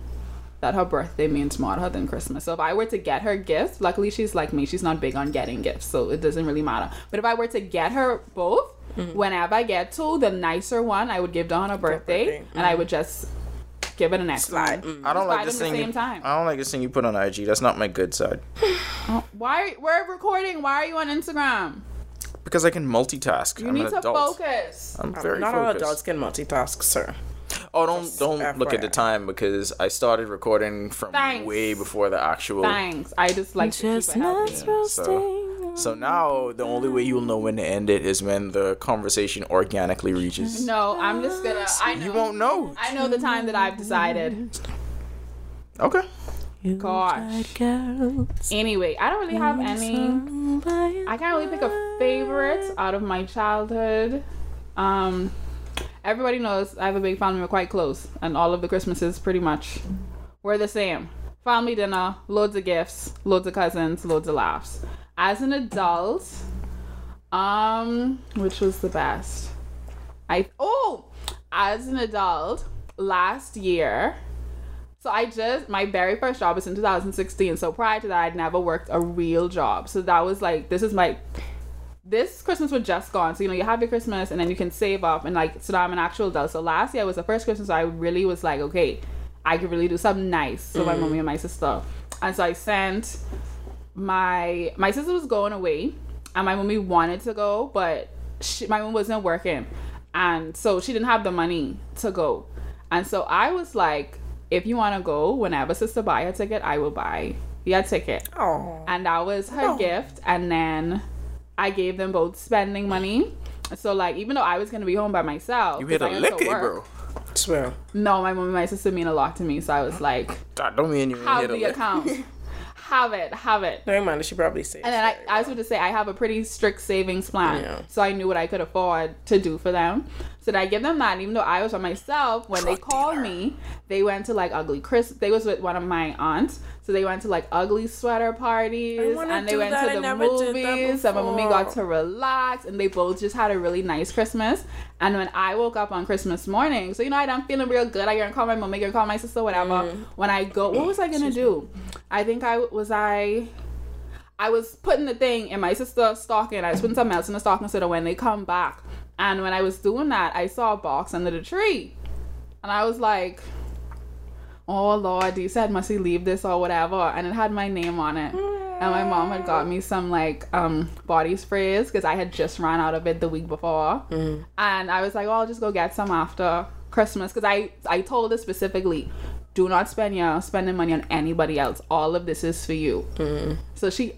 [SPEAKER 3] that her birthday means more to her than Christmas. So if I were to get her gifts, luckily she's like me. She's not big on getting gifts, so it doesn't really matter. But if I were to get her both,
[SPEAKER 5] Mm-hmm.
[SPEAKER 3] whenever I get to the nicer one, I would give to her on her birthday,
[SPEAKER 5] birthday.
[SPEAKER 3] and I would just give it an next
[SPEAKER 5] Slide.
[SPEAKER 3] one.
[SPEAKER 4] I don't
[SPEAKER 3] buy
[SPEAKER 4] like this
[SPEAKER 3] them the
[SPEAKER 4] thing.
[SPEAKER 3] same time.
[SPEAKER 4] I don't like this thing you put on IG. That's not my good side.
[SPEAKER 3] Why we're recording? Why are you on Instagram?
[SPEAKER 4] Because I can multitask.
[SPEAKER 3] You
[SPEAKER 4] I'm
[SPEAKER 3] need
[SPEAKER 4] an
[SPEAKER 3] to
[SPEAKER 4] adult.
[SPEAKER 3] focus.
[SPEAKER 4] I'm very
[SPEAKER 5] Not all
[SPEAKER 4] focused.
[SPEAKER 5] adults can multitask, sir.
[SPEAKER 4] Oh, don't don't look at the
[SPEAKER 5] FYI.
[SPEAKER 4] time because I started recording from
[SPEAKER 3] Thanks.
[SPEAKER 4] way before the actual.
[SPEAKER 3] Thanks. I just like to keep it healthy.
[SPEAKER 4] So, so now the only way you'll know when to end it is when the conversation organically reaches.
[SPEAKER 3] No, I'm just gonna. I know.
[SPEAKER 4] You won't know.
[SPEAKER 3] I know the time that I've decided.
[SPEAKER 4] Okay.
[SPEAKER 3] Gosh. Anyway, I don't really have any. I can't really pick a favorite out of my childhood. Um, everybody knows I have a big family. We're quite close, and all of the Christmases pretty much were the same. Family dinner, loads of gifts, loads of cousins, loads of laughs. As an adult, um, which was the best? I oh, as an adult, last year. So I just my very first job was in 2016. So prior to that, I'd never worked a real job. So that was like this is my this Christmas was just gone. So, you know, you have your Christmas and then you can save up and like, so now I'm an actual adult. So last year was the first Christmas I really was like, okay, I could really do something nice. So my mommy and my sister. And so I sent my, my sister was going away and my mommy wanted to go, but she, my mom wasn't working. And so she didn't have the money to go. And so I was like, if you want to go, whenever sister buy a ticket, I will buy your ticket
[SPEAKER 5] Oh.
[SPEAKER 3] and that was her gift and then i gave them both spending money so like even though i was gonna be home by myself
[SPEAKER 4] You hit a
[SPEAKER 3] because I went to
[SPEAKER 4] lick, bro.
[SPEAKER 3] work-
[SPEAKER 5] Swear.
[SPEAKER 3] no my mom and my sister mean a lot to me so i was like
[SPEAKER 4] That don't mean you ain't
[SPEAKER 3] have
[SPEAKER 4] hit a
[SPEAKER 3] the
[SPEAKER 4] lick.
[SPEAKER 3] account have it have it
[SPEAKER 5] No, mind, she probably said.
[SPEAKER 3] and then I, I was going to say I have a pretty strict savings plan,
[SPEAKER 5] Yeah.
[SPEAKER 3] so I knew what I could afford to do for them. So that I give them that, even though I was by myself. When they called me, they went to like ugly Chris. They was with one of my aunts, so they went to like ugly sweater parties,
[SPEAKER 5] wanna
[SPEAKER 3] and they
[SPEAKER 5] do
[SPEAKER 3] went
[SPEAKER 5] that. I
[SPEAKER 3] to the
[SPEAKER 5] never did that
[SPEAKER 3] movies. And my mommy got
[SPEAKER 5] before.
[SPEAKER 3] to relax, and they both just had a really nice Christmas. And when I woke up on Christmas morning, so you know I, am feeling real good. I gonna call my mom, I gonna call my sister, whatever.
[SPEAKER 5] Mm.
[SPEAKER 3] When I go, what was I gonna do? I think I was I. I was putting the thing in my sister's stocking. I was putting something else in the stocking so that when they come back, and when I was doing that, I saw a box under the tree, and I was like, "Oh Lord, you said must he leave this or whatever," and it had my name on it.
[SPEAKER 5] Mm.
[SPEAKER 3] And my mom had got me some like um body sprays because I had just ran out of it the week before,
[SPEAKER 5] Mm-hmm.
[SPEAKER 3] and I was like, "Oh, I'll just go get some after Christmas," because I I told her specifically. Do not spend your spending money on anybody else. All of this is for you.
[SPEAKER 5] Mm-hmm.
[SPEAKER 3] So she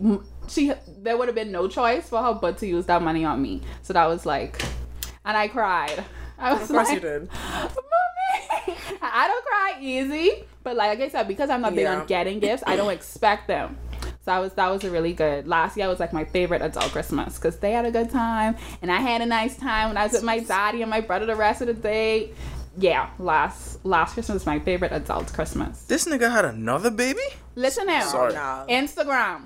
[SPEAKER 3] she there would have been no choice for her but to use that money on me. So that was like, and I cried. I was
[SPEAKER 5] Of course
[SPEAKER 3] like,
[SPEAKER 5] you did.
[SPEAKER 3] "Mommy." I don't cry easy, but like I said, because I'm not big
[SPEAKER 5] Yeah.
[SPEAKER 3] on getting gifts, I don't expect them. So I was that was a really good last year was like my favorite adult Christmas because they had a good time and I had a nice time when I was with my daddy and my brother the rest of the day. Yeah, last last Christmas was my favorite adult Christmas.
[SPEAKER 4] This nigga had another baby?
[SPEAKER 3] Listen now,
[SPEAKER 4] Sorry.
[SPEAKER 5] Nah.
[SPEAKER 3] Instagram,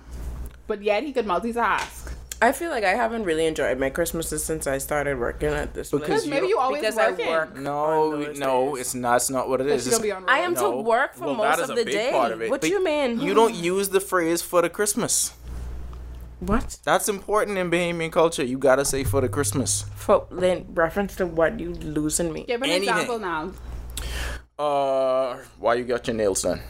[SPEAKER 3] but yet he could multitask.
[SPEAKER 5] I feel like I haven't really enjoyed my Christmases since I started working at this.
[SPEAKER 4] Because
[SPEAKER 5] place.
[SPEAKER 4] you-
[SPEAKER 3] Maybe you always
[SPEAKER 5] because
[SPEAKER 3] working.
[SPEAKER 5] I work.
[SPEAKER 4] No,
[SPEAKER 5] on those
[SPEAKER 4] no,
[SPEAKER 5] days.
[SPEAKER 4] it's not. It's not what it is.
[SPEAKER 3] She's gonna
[SPEAKER 4] It's-
[SPEAKER 3] be on
[SPEAKER 5] I am
[SPEAKER 4] No.
[SPEAKER 5] to work for
[SPEAKER 4] Well, that
[SPEAKER 5] most
[SPEAKER 4] is
[SPEAKER 5] of
[SPEAKER 4] a
[SPEAKER 5] the
[SPEAKER 4] big
[SPEAKER 5] day.
[SPEAKER 4] part of it,
[SPEAKER 5] What
[SPEAKER 4] but
[SPEAKER 5] you mean?
[SPEAKER 4] You don't
[SPEAKER 5] Mm-hmm.
[SPEAKER 4] use the phrase for the Christmas.
[SPEAKER 5] What?
[SPEAKER 4] That's important in Bahamian culture. You gotta say for the Christmas.
[SPEAKER 5] For Lynn, reference to what you losing me.
[SPEAKER 3] Give an
[SPEAKER 4] Anything.
[SPEAKER 3] example now.
[SPEAKER 4] Uh, why you got your nails done?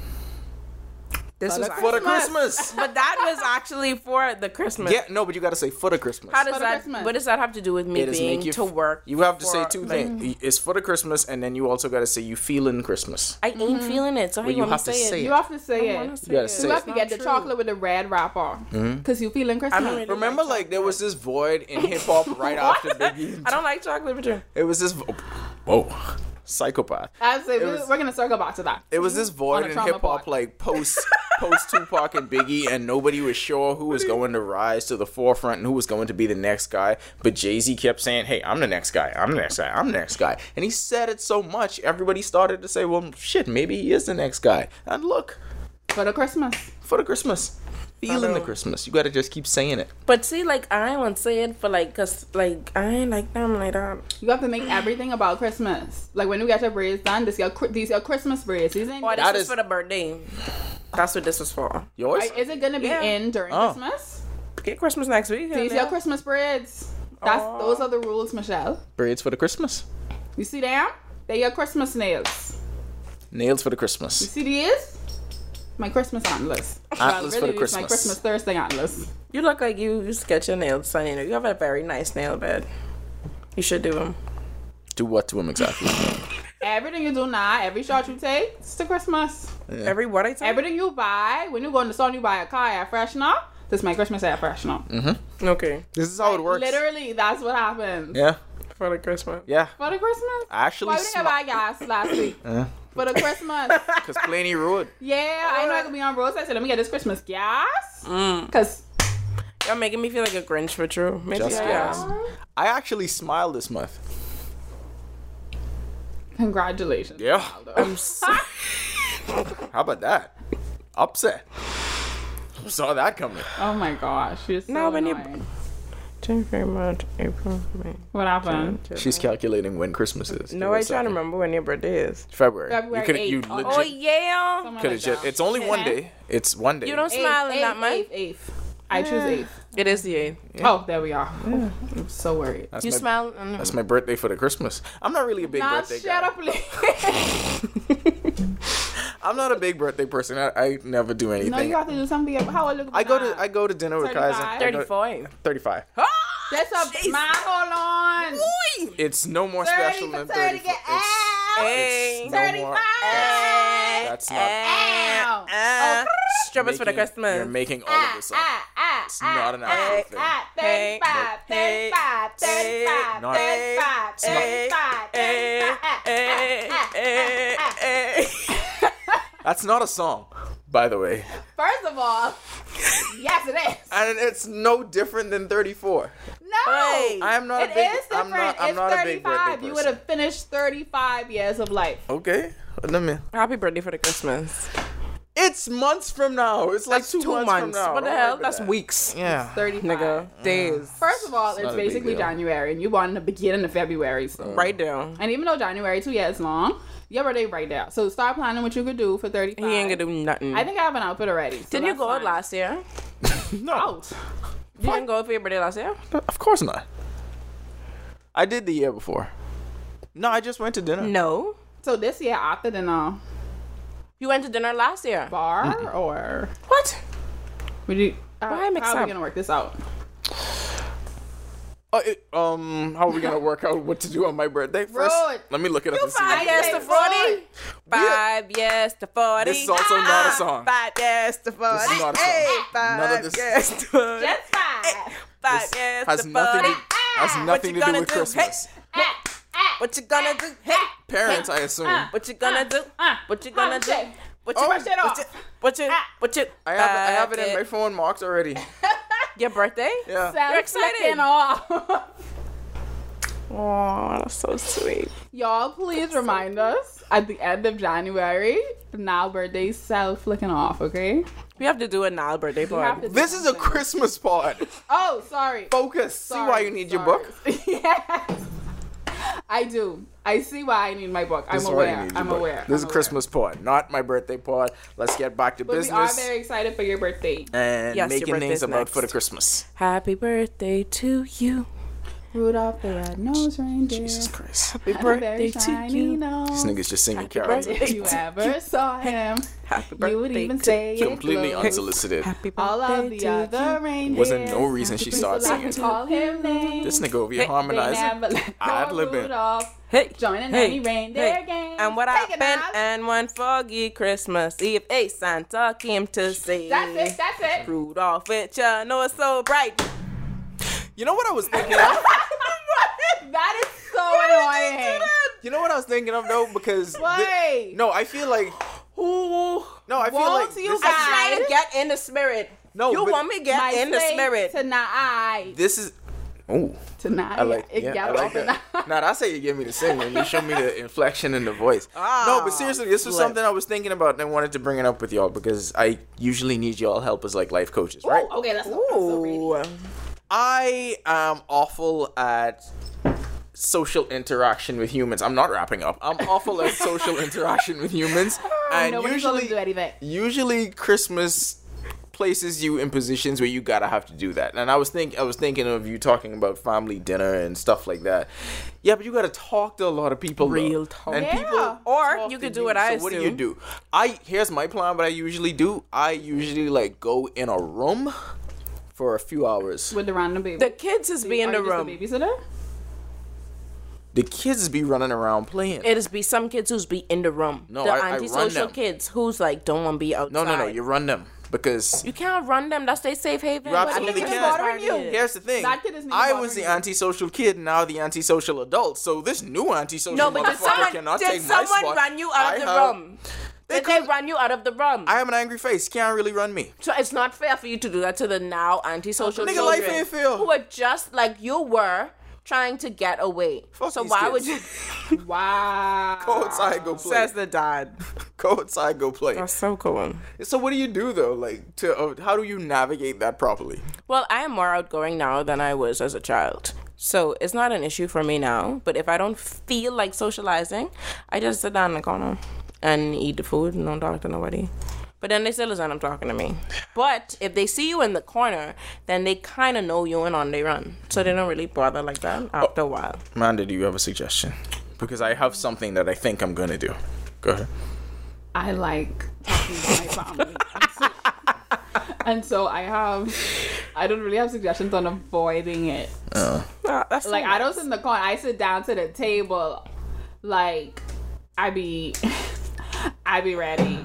[SPEAKER 5] This was
[SPEAKER 4] For the Christmas.
[SPEAKER 5] but that was actually for the Christmas.
[SPEAKER 4] yeah, no, but you gotta say for the Christmas.
[SPEAKER 5] How does
[SPEAKER 3] For the
[SPEAKER 5] that?
[SPEAKER 3] Christmas.
[SPEAKER 5] What does that have to do with me
[SPEAKER 4] It is
[SPEAKER 5] being
[SPEAKER 4] make you
[SPEAKER 5] to work?
[SPEAKER 4] You have to say
[SPEAKER 5] for,
[SPEAKER 4] two
[SPEAKER 5] like, Mm-hmm.
[SPEAKER 4] things. It's for the Christmas, and then you also gotta say you feeling Christmas.
[SPEAKER 5] I ain't
[SPEAKER 3] Mm-hmm.
[SPEAKER 5] feeling it. So how
[SPEAKER 4] Well, you
[SPEAKER 5] you, want
[SPEAKER 4] have
[SPEAKER 5] to
[SPEAKER 4] to
[SPEAKER 5] say,
[SPEAKER 4] say
[SPEAKER 5] it?
[SPEAKER 3] You have to say
[SPEAKER 5] I wanna
[SPEAKER 3] it.
[SPEAKER 5] say
[SPEAKER 4] You gotta
[SPEAKER 5] it.
[SPEAKER 4] say
[SPEAKER 3] You
[SPEAKER 4] it.
[SPEAKER 3] have to get the
[SPEAKER 5] It's not true.
[SPEAKER 3] chocolate with the red wrapper because you feeling Christmas.
[SPEAKER 5] Mm-hmm. I don't really
[SPEAKER 4] Remember,
[SPEAKER 5] like
[SPEAKER 4] like there was this void in hip hop right after Biggie.
[SPEAKER 5] I don't like chocolate, but you-
[SPEAKER 4] It was this. Whoa, psychopath.
[SPEAKER 3] I say we,
[SPEAKER 4] was-
[SPEAKER 3] we're gonna circle back to that.
[SPEAKER 4] It was this void
[SPEAKER 3] a
[SPEAKER 4] in
[SPEAKER 3] trauma
[SPEAKER 4] hip hop,
[SPEAKER 3] pod.
[SPEAKER 4] like post post Tupac and Biggie, and nobody was sure who was going to rise to the forefront and who was going to be the next guy. But Jay Z kept saying, "Hey, I'm the next guy. I'm the next guy. I'm the next guy." And he said it so much, everybody started to say, "Well, shit, maybe he is the next guy." And look,
[SPEAKER 3] for the Christmas.
[SPEAKER 4] for the Christmas, feeling the Christmas. You got to just keep saying it.
[SPEAKER 5] But see, like I ain't want to say it for like, cause like I ain't like them like um, that.
[SPEAKER 3] You have to make everything about Christmas. Like when we get your braids done, this your cri- these your Christmas braids. These ain't,
[SPEAKER 5] Or this
[SPEAKER 4] That
[SPEAKER 5] was
[SPEAKER 4] is-
[SPEAKER 5] for the birthday. That's what this was for.
[SPEAKER 4] Yours?
[SPEAKER 3] Like, is it gonna be
[SPEAKER 5] Yeah.
[SPEAKER 3] in during
[SPEAKER 4] Oh.
[SPEAKER 3] Christmas?
[SPEAKER 5] Get Christmas next week.
[SPEAKER 3] These
[SPEAKER 5] yeah.
[SPEAKER 3] your Christmas braids. That's
[SPEAKER 5] Aw.
[SPEAKER 3] those are the rules, Michelle.
[SPEAKER 4] Braids for the Christmas.
[SPEAKER 3] You see them? They your Christmas nails.
[SPEAKER 4] Nails for the
[SPEAKER 3] You
[SPEAKER 4] Christmas.
[SPEAKER 3] see these? My Christmas antlers.
[SPEAKER 4] Atlas for the
[SPEAKER 3] Really, these my
[SPEAKER 4] Christmas.
[SPEAKER 3] Christmas Thursday antlers.
[SPEAKER 5] You look like you, you sketch your nails, Sonny. You have a very nice nail bed. You should do them.
[SPEAKER 4] Do what to him exactly?
[SPEAKER 3] Everything you do now, every shot you take, it's to Christmas.
[SPEAKER 5] Every what I tell
[SPEAKER 3] Everything you buy, when you go in the store and you buy a car air freshener, this is my Christmas air freshener.
[SPEAKER 5] Okay.
[SPEAKER 4] this is how it works.
[SPEAKER 3] Literally, that's what happens.
[SPEAKER 4] Yeah,
[SPEAKER 5] For the Christmas.
[SPEAKER 4] yeah.
[SPEAKER 3] For the Christmas?
[SPEAKER 4] I actually Eh.
[SPEAKER 3] Why we didn't
[SPEAKER 4] smi-
[SPEAKER 3] buy gas last week? For the Christmas.
[SPEAKER 4] Cause Pliny ruined.
[SPEAKER 3] Yeah, I know I could be on roadside. So let me get this Christmas gas.
[SPEAKER 4] Mm.
[SPEAKER 3] Because
[SPEAKER 5] You're making me feel like a Grinch for true. Maybe
[SPEAKER 4] Just
[SPEAKER 5] I
[SPEAKER 4] gas.
[SPEAKER 5] am.
[SPEAKER 4] I actually smiled this month.
[SPEAKER 3] congratulations.
[SPEAKER 4] Yeah.
[SPEAKER 5] I'm so-
[SPEAKER 4] How about that? Upset. Who Saw that coming.
[SPEAKER 3] Oh my gosh. You're so
[SPEAKER 5] No, when you-
[SPEAKER 3] annoying.
[SPEAKER 5] January, March, April, May.
[SPEAKER 3] What happened?
[SPEAKER 4] She's calculating when Christmas is. Give her
[SPEAKER 5] No, I
[SPEAKER 4] a
[SPEAKER 5] trying to
[SPEAKER 4] second.
[SPEAKER 5] remember when your birthday is.
[SPEAKER 4] February.
[SPEAKER 3] February
[SPEAKER 4] You could. You
[SPEAKER 3] 8th. Oh,
[SPEAKER 4] legit.
[SPEAKER 5] Oh yeah.
[SPEAKER 3] Somewhere
[SPEAKER 4] could
[SPEAKER 3] like
[SPEAKER 4] have just.
[SPEAKER 3] that.
[SPEAKER 4] It's only one day. It's one day.
[SPEAKER 5] You don't smile in that
[SPEAKER 3] eighth,
[SPEAKER 5] month.
[SPEAKER 3] eighth, eighth. I choose eighth.
[SPEAKER 5] It is the eighth.
[SPEAKER 3] Oh, there we are. I'm so worried.
[SPEAKER 4] That's
[SPEAKER 5] You
[SPEAKER 4] my,
[SPEAKER 5] smell. mm.
[SPEAKER 4] That's my birthday for the Christmas. I'm not really a big
[SPEAKER 3] Nah,
[SPEAKER 4] birthday
[SPEAKER 3] shut
[SPEAKER 4] guy.
[SPEAKER 3] up, please.
[SPEAKER 4] I'm not a big birthday person. I, I never do anything.
[SPEAKER 3] no, you have to do something. How I look.
[SPEAKER 4] I go to I go to dinner with guys. and- I go-
[SPEAKER 5] 35.
[SPEAKER 4] 35. Ah,
[SPEAKER 3] That's a
[SPEAKER 5] Jeez.
[SPEAKER 3] man. Hold on.
[SPEAKER 4] It's no more special
[SPEAKER 3] Thirty
[SPEAKER 4] than
[SPEAKER 3] for
[SPEAKER 4] 30.
[SPEAKER 3] thirty. Get out.
[SPEAKER 5] Hey.
[SPEAKER 4] It's no more.
[SPEAKER 3] Thirty-five.
[SPEAKER 4] That's not.
[SPEAKER 3] Ow.
[SPEAKER 5] Uh, strippers for the
[SPEAKER 4] making- You're
[SPEAKER 5] Christmas.
[SPEAKER 4] making all
[SPEAKER 3] Ah,
[SPEAKER 4] of this up. uh, It's not an actual thing.
[SPEAKER 5] Hey.
[SPEAKER 3] 35, 35, 35,
[SPEAKER 4] Not-
[SPEAKER 3] 35, 35,
[SPEAKER 5] Eh, eh, eh, eh.
[SPEAKER 4] That's not a song, by the way.
[SPEAKER 3] First of all, yes, it is.
[SPEAKER 4] And it's no different than 34.
[SPEAKER 3] No,
[SPEAKER 5] Hey.
[SPEAKER 4] I am not
[SPEAKER 3] it
[SPEAKER 4] a big.
[SPEAKER 3] is different.
[SPEAKER 4] I'm not. I'm
[SPEAKER 3] it's
[SPEAKER 4] not a big
[SPEAKER 3] 35.
[SPEAKER 4] birthday
[SPEAKER 3] You would
[SPEAKER 4] person.
[SPEAKER 3] have finished 35 years of life.
[SPEAKER 4] Okay. Let me.
[SPEAKER 5] Happy birthday for the Christmas.
[SPEAKER 4] It's months from now. It's like
[SPEAKER 5] That's
[SPEAKER 4] two, months, from now.
[SPEAKER 5] What the
[SPEAKER 4] Don't
[SPEAKER 5] hell?
[SPEAKER 4] worry
[SPEAKER 5] That's
[SPEAKER 4] about
[SPEAKER 5] weeks.
[SPEAKER 4] that. Yeah.
[SPEAKER 3] 35.
[SPEAKER 5] Nigga. Days.
[SPEAKER 3] First of all, it's,
[SPEAKER 4] not a big
[SPEAKER 3] basically
[SPEAKER 4] deal. Uh.
[SPEAKER 3] January, and you born in the beginning of February. So.
[SPEAKER 5] Right there.
[SPEAKER 3] And even though January two years long, your birthday right there. So start planning what you could do for 35.
[SPEAKER 5] He ain't gonna do nothing.
[SPEAKER 3] I think I have an outfit already. So
[SPEAKER 5] Didn't you
[SPEAKER 3] that's
[SPEAKER 5] go out
[SPEAKER 3] fine.
[SPEAKER 5] last year?
[SPEAKER 4] No.
[SPEAKER 3] Out.
[SPEAKER 5] You didn't go out for your birthday last year?
[SPEAKER 4] Of course not. I did the year before. No, I just went to dinner.
[SPEAKER 5] No.
[SPEAKER 3] So this year I opted in a
[SPEAKER 5] You went to dinner last year.
[SPEAKER 3] bar or
[SPEAKER 5] What?
[SPEAKER 3] would you? Uh,
[SPEAKER 5] Why mix
[SPEAKER 3] how are
[SPEAKER 5] up?
[SPEAKER 3] we gonna work this out?
[SPEAKER 4] Uh, it- um, how are we gonna work out what to do on my birthday? First,
[SPEAKER 3] Road.
[SPEAKER 4] let me look it up and see.
[SPEAKER 3] five.
[SPEAKER 5] Five years to
[SPEAKER 3] say
[SPEAKER 5] 40.
[SPEAKER 3] forty.
[SPEAKER 5] Five years to 40.
[SPEAKER 4] This is also not a song.
[SPEAKER 5] Five years to 40.
[SPEAKER 4] This is not a song.
[SPEAKER 5] Hey, five
[SPEAKER 4] None of this-
[SPEAKER 5] years to 40.
[SPEAKER 3] That's fine.
[SPEAKER 5] Five
[SPEAKER 4] This
[SPEAKER 5] years
[SPEAKER 4] has
[SPEAKER 5] to
[SPEAKER 4] nothing.
[SPEAKER 5] 40.
[SPEAKER 4] To, has
[SPEAKER 5] What you
[SPEAKER 4] nothing to do
[SPEAKER 5] gonna
[SPEAKER 4] with
[SPEAKER 5] do?
[SPEAKER 4] Christmas.
[SPEAKER 5] What you gonna do? Hey,
[SPEAKER 4] Parents, I assume.
[SPEAKER 5] what you gonna do?
[SPEAKER 3] uh,
[SPEAKER 5] What you gonna
[SPEAKER 3] uh,
[SPEAKER 5] do?
[SPEAKER 3] shit.
[SPEAKER 5] What you
[SPEAKER 4] Oh.
[SPEAKER 5] what you-
[SPEAKER 4] Shut
[SPEAKER 3] off.
[SPEAKER 5] What you
[SPEAKER 3] Ah.
[SPEAKER 5] what you?
[SPEAKER 4] I have, it, I have it
[SPEAKER 5] uh,
[SPEAKER 4] in my phone marked already.
[SPEAKER 5] Your birthday?
[SPEAKER 4] Yeah.
[SPEAKER 3] You're
[SPEAKER 5] excited.
[SPEAKER 3] off.
[SPEAKER 5] Oh, that's so sweet.
[SPEAKER 3] Y'all, please remind us at the end of January. Now birthday self flicking off, okay?
[SPEAKER 5] We have to do a Nile birthday
[SPEAKER 3] have
[SPEAKER 5] party.
[SPEAKER 3] to-
[SPEAKER 4] This is a Christmas pod.
[SPEAKER 3] Oh, sorry.
[SPEAKER 4] Focus. See why
[SPEAKER 3] Sorry,
[SPEAKER 4] you need your
[SPEAKER 3] sorry.
[SPEAKER 4] book.
[SPEAKER 3] yes. I do. I see why I need my book.
[SPEAKER 4] This
[SPEAKER 3] I'm
[SPEAKER 4] is why you
[SPEAKER 3] aware.
[SPEAKER 4] need your
[SPEAKER 3] I'm
[SPEAKER 4] book.
[SPEAKER 3] aware.
[SPEAKER 4] This is
[SPEAKER 3] I'm aware.
[SPEAKER 4] Christmas pod, not my birthday pod. Let's get back to
[SPEAKER 3] But we are
[SPEAKER 4] business
[SPEAKER 3] very excited for your birthday.
[SPEAKER 4] and
[SPEAKER 5] Yes, your
[SPEAKER 4] making
[SPEAKER 5] birthday's
[SPEAKER 4] things about for the
[SPEAKER 5] next.
[SPEAKER 4] Christmas.
[SPEAKER 5] Happy birthday to you.
[SPEAKER 3] Rudolph the red-nosed reindeer.
[SPEAKER 4] Jesus Christ.
[SPEAKER 5] Happy
[SPEAKER 3] had a very
[SPEAKER 5] birthday to
[SPEAKER 3] shiny
[SPEAKER 5] you.
[SPEAKER 4] This
[SPEAKER 3] nose.
[SPEAKER 4] nigga's just singing
[SPEAKER 5] birthday.
[SPEAKER 4] karaoke.
[SPEAKER 3] If you ever saw him,
[SPEAKER 5] Happy
[SPEAKER 3] you would even
[SPEAKER 5] to-
[SPEAKER 3] say it
[SPEAKER 4] Completely
[SPEAKER 3] glows.
[SPEAKER 4] unsolicited.
[SPEAKER 5] Happy birthday
[SPEAKER 3] All of
[SPEAKER 5] to
[SPEAKER 3] the
[SPEAKER 5] you.
[SPEAKER 3] other reindeer.
[SPEAKER 4] Wasn't no reason she started
[SPEAKER 3] I
[SPEAKER 4] singing.
[SPEAKER 3] could call him names.
[SPEAKER 4] This nigga over here
[SPEAKER 3] They
[SPEAKER 4] harmonizing.
[SPEAKER 3] never let
[SPEAKER 4] Ad
[SPEAKER 3] go of
[SPEAKER 4] libbing.
[SPEAKER 3] Rudolph.
[SPEAKER 5] Hey,
[SPEAKER 3] Joining
[SPEAKER 5] hey,
[SPEAKER 3] any reindeer
[SPEAKER 5] hey.
[SPEAKER 3] games.
[SPEAKER 5] And what
[SPEAKER 3] Take it
[SPEAKER 5] happened?
[SPEAKER 3] out.
[SPEAKER 5] And one foggy Christmas Eve, a Santa came to say,
[SPEAKER 3] That's it. That's it.
[SPEAKER 5] Rudolph, with your nose so bright.
[SPEAKER 4] You know what I was thinking?
[SPEAKER 3] that is so annoying.
[SPEAKER 4] you know what I was thinking of though? Because thi-
[SPEAKER 3] Why?
[SPEAKER 4] no, I feel like
[SPEAKER 5] Ooh,
[SPEAKER 4] no, I feel
[SPEAKER 3] Won't
[SPEAKER 4] like
[SPEAKER 3] you
[SPEAKER 4] this,
[SPEAKER 3] guys-
[SPEAKER 5] I'm trying to get in the spirit.
[SPEAKER 4] No,
[SPEAKER 5] you
[SPEAKER 4] but-
[SPEAKER 5] want me to get
[SPEAKER 3] My
[SPEAKER 5] in the
[SPEAKER 3] faith
[SPEAKER 5] spirit?
[SPEAKER 3] Tonight.
[SPEAKER 4] this is. Oh,
[SPEAKER 3] Tonight.
[SPEAKER 4] I like,
[SPEAKER 3] It
[SPEAKER 4] yeah,
[SPEAKER 3] got
[SPEAKER 4] I like
[SPEAKER 3] off
[SPEAKER 4] that.
[SPEAKER 3] tonight.
[SPEAKER 4] Nah, that's how you give me the sing when you show me the inflection in the voice. no,
[SPEAKER 3] Ah,
[SPEAKER 4] but seriously, this was
[SPEAKER 5] flip.
[SPEAKER 4] something I was thinking about and I wanted to bring it up with y'all because I usually need y'all help as like life coaches, right?
[SPEAKER 3] Ooh, okay, that's so, that's so greedy.
[SPEAKER 5] Ooh,
[SPEAKER 4] I am awful at social interaction with humans. I'm not wrapping up. I'm awful at social interaction with humans, and
[SPEAKER 3] Oh, Nobody's gonna do
[SPEAKER 4] usually,
[SPEAKER 3] anything.
[SPEAKER 4] usually Christmas places you in positions where you gotta have to do that. And I was think I was thinking of you talking about family dinner and stuff like that. Yeah, but you gotta talk to a lot of people. though.
[SPEAKER 5] Real talk.
[SPEAKER 4] And
[SPEAKER 3] Yeah.
[SPEAKER 4] people
[SPEAKER 5] Or
[SPEAKER 4] talk
[SPEAKER 5] you
[SPEAKER 4] to
[SPEAKER 5] could do what I
[SPEAKER 4] So what do you
[SPEAKER 5] assume.
[SPEAKER 4] do? I here's my plan. What I usually do. I usually like go in a room for a few hours.
[SPEAKER 3] With the random baby.
[SPEAKER 5] the kids is be in
[SPEAKER 3] Are
[SPEAKER 5] the
[SPEAKER 3] you just a
[SPEAKER 5] room.
[SPEAKER 3] babysitter?
[SPEAKER 4] the kids be running around playing.
[SPEAKER 5] It is be some kids who's be in the room.
[SPEAKER 4] No,
[SPEAKER 5] the
[SPEAKER 4] I- I run
[SPEAKER 5] antisocial
[SPEAKER 4] them.
[SPEAKER 5] kids who's like don't want to be outside.
[SPEAKER 4] no, no, no. You run them because
[SPEAKER 5] You can't run them. That's their safe haven.
[SPEAKER 4] You absolutely
[SPEAKER 5] At the
[SPEAKER 4] can.
[SPEAKER 5] Christmas
[SPEAKER 3] Bothering
[SPEAKER 5] party.
[SPEAKER 3] you.
[SPEAKER 4] here's the thing.
[SPEAKER 3] That kid is neither
[SPEAKER 4] I
[SPEAKER 3] bothering
[SPEAKER 4] was the
[SPEAKER 3] you.
[SPEAKER 4] antisocial kid, now the antisocial adult. So this new antisocial
[SPEAKER 5] No, but
[SPEAKER 4] motherfucker
[SPEAKER 5] did someone,
[SPEAKER 4] cannot
[SPEAKER 5] did
[SPEAKER 4] take my
[SPEAKER 5] someone
[SPEAKER 4] spot.
[SPEAKER 5] run you out
[SPEAKER 4] I
[SPEAKER 5] of the
[SPEAKER 4] have-
[SPEAKER 5] room? Did they run you out of the room?
[SPEAKER 4] I have an angry face. Can't really run me.
[SPEAKER 5] so it's not fair for you to do that to the now antisocial
[SPEAKER 4] Nigga, life
[SPEAKER 5] children
[SPEAKER 4] ain't fair.
[SPEAKER 5] who are just like you were trying to get away.
[SPEAKER 4] Fuck
[SPEAKER 5] so
[SPEAKER 4] these
[SPEAKER 5] why
[SPEAKER 4] kids.
[SPEAKER 5] would you?
[SPEAKER 3] Wow.
[SPEAKER 4] Go outside, go play.
[SPEAKER 5] Ah. the dad.
[SPEAKER 4] Go outside, go play.
[SPEAKER 5] so cool.
[SPEAKER 4] So what do you do though? Like, to uh, how do you navigate that properly?
[SPEAKER 5] Well, I am more outgoing now than I was as a child. So it's not an issue for me now. But if I don't feel like socializing, I just sit down in the corner and eat the food and don't talk to nobody. But then they still is I'm talking to me. But if they see you in the corner, then they kind of know you and on they run. So they don't really bother like that after a while.
[SPEAKER 4] Amanda, do you have a suggestion? Because I have something that I think I'm gonna do. Go ahead.
[SPEAKER 3] I like talking to my family. And so, and so I have, I don't really have suggestions on avoiding it.
[SPEAKER 4] Uh,
[SPEAKER 5] Nah, that's
[SPEAKER 3] Like
[SPEAKER 5] not-
[SPEAKER 3] I don't sit in the corner. I sit down to the table. Like I be, I be ready.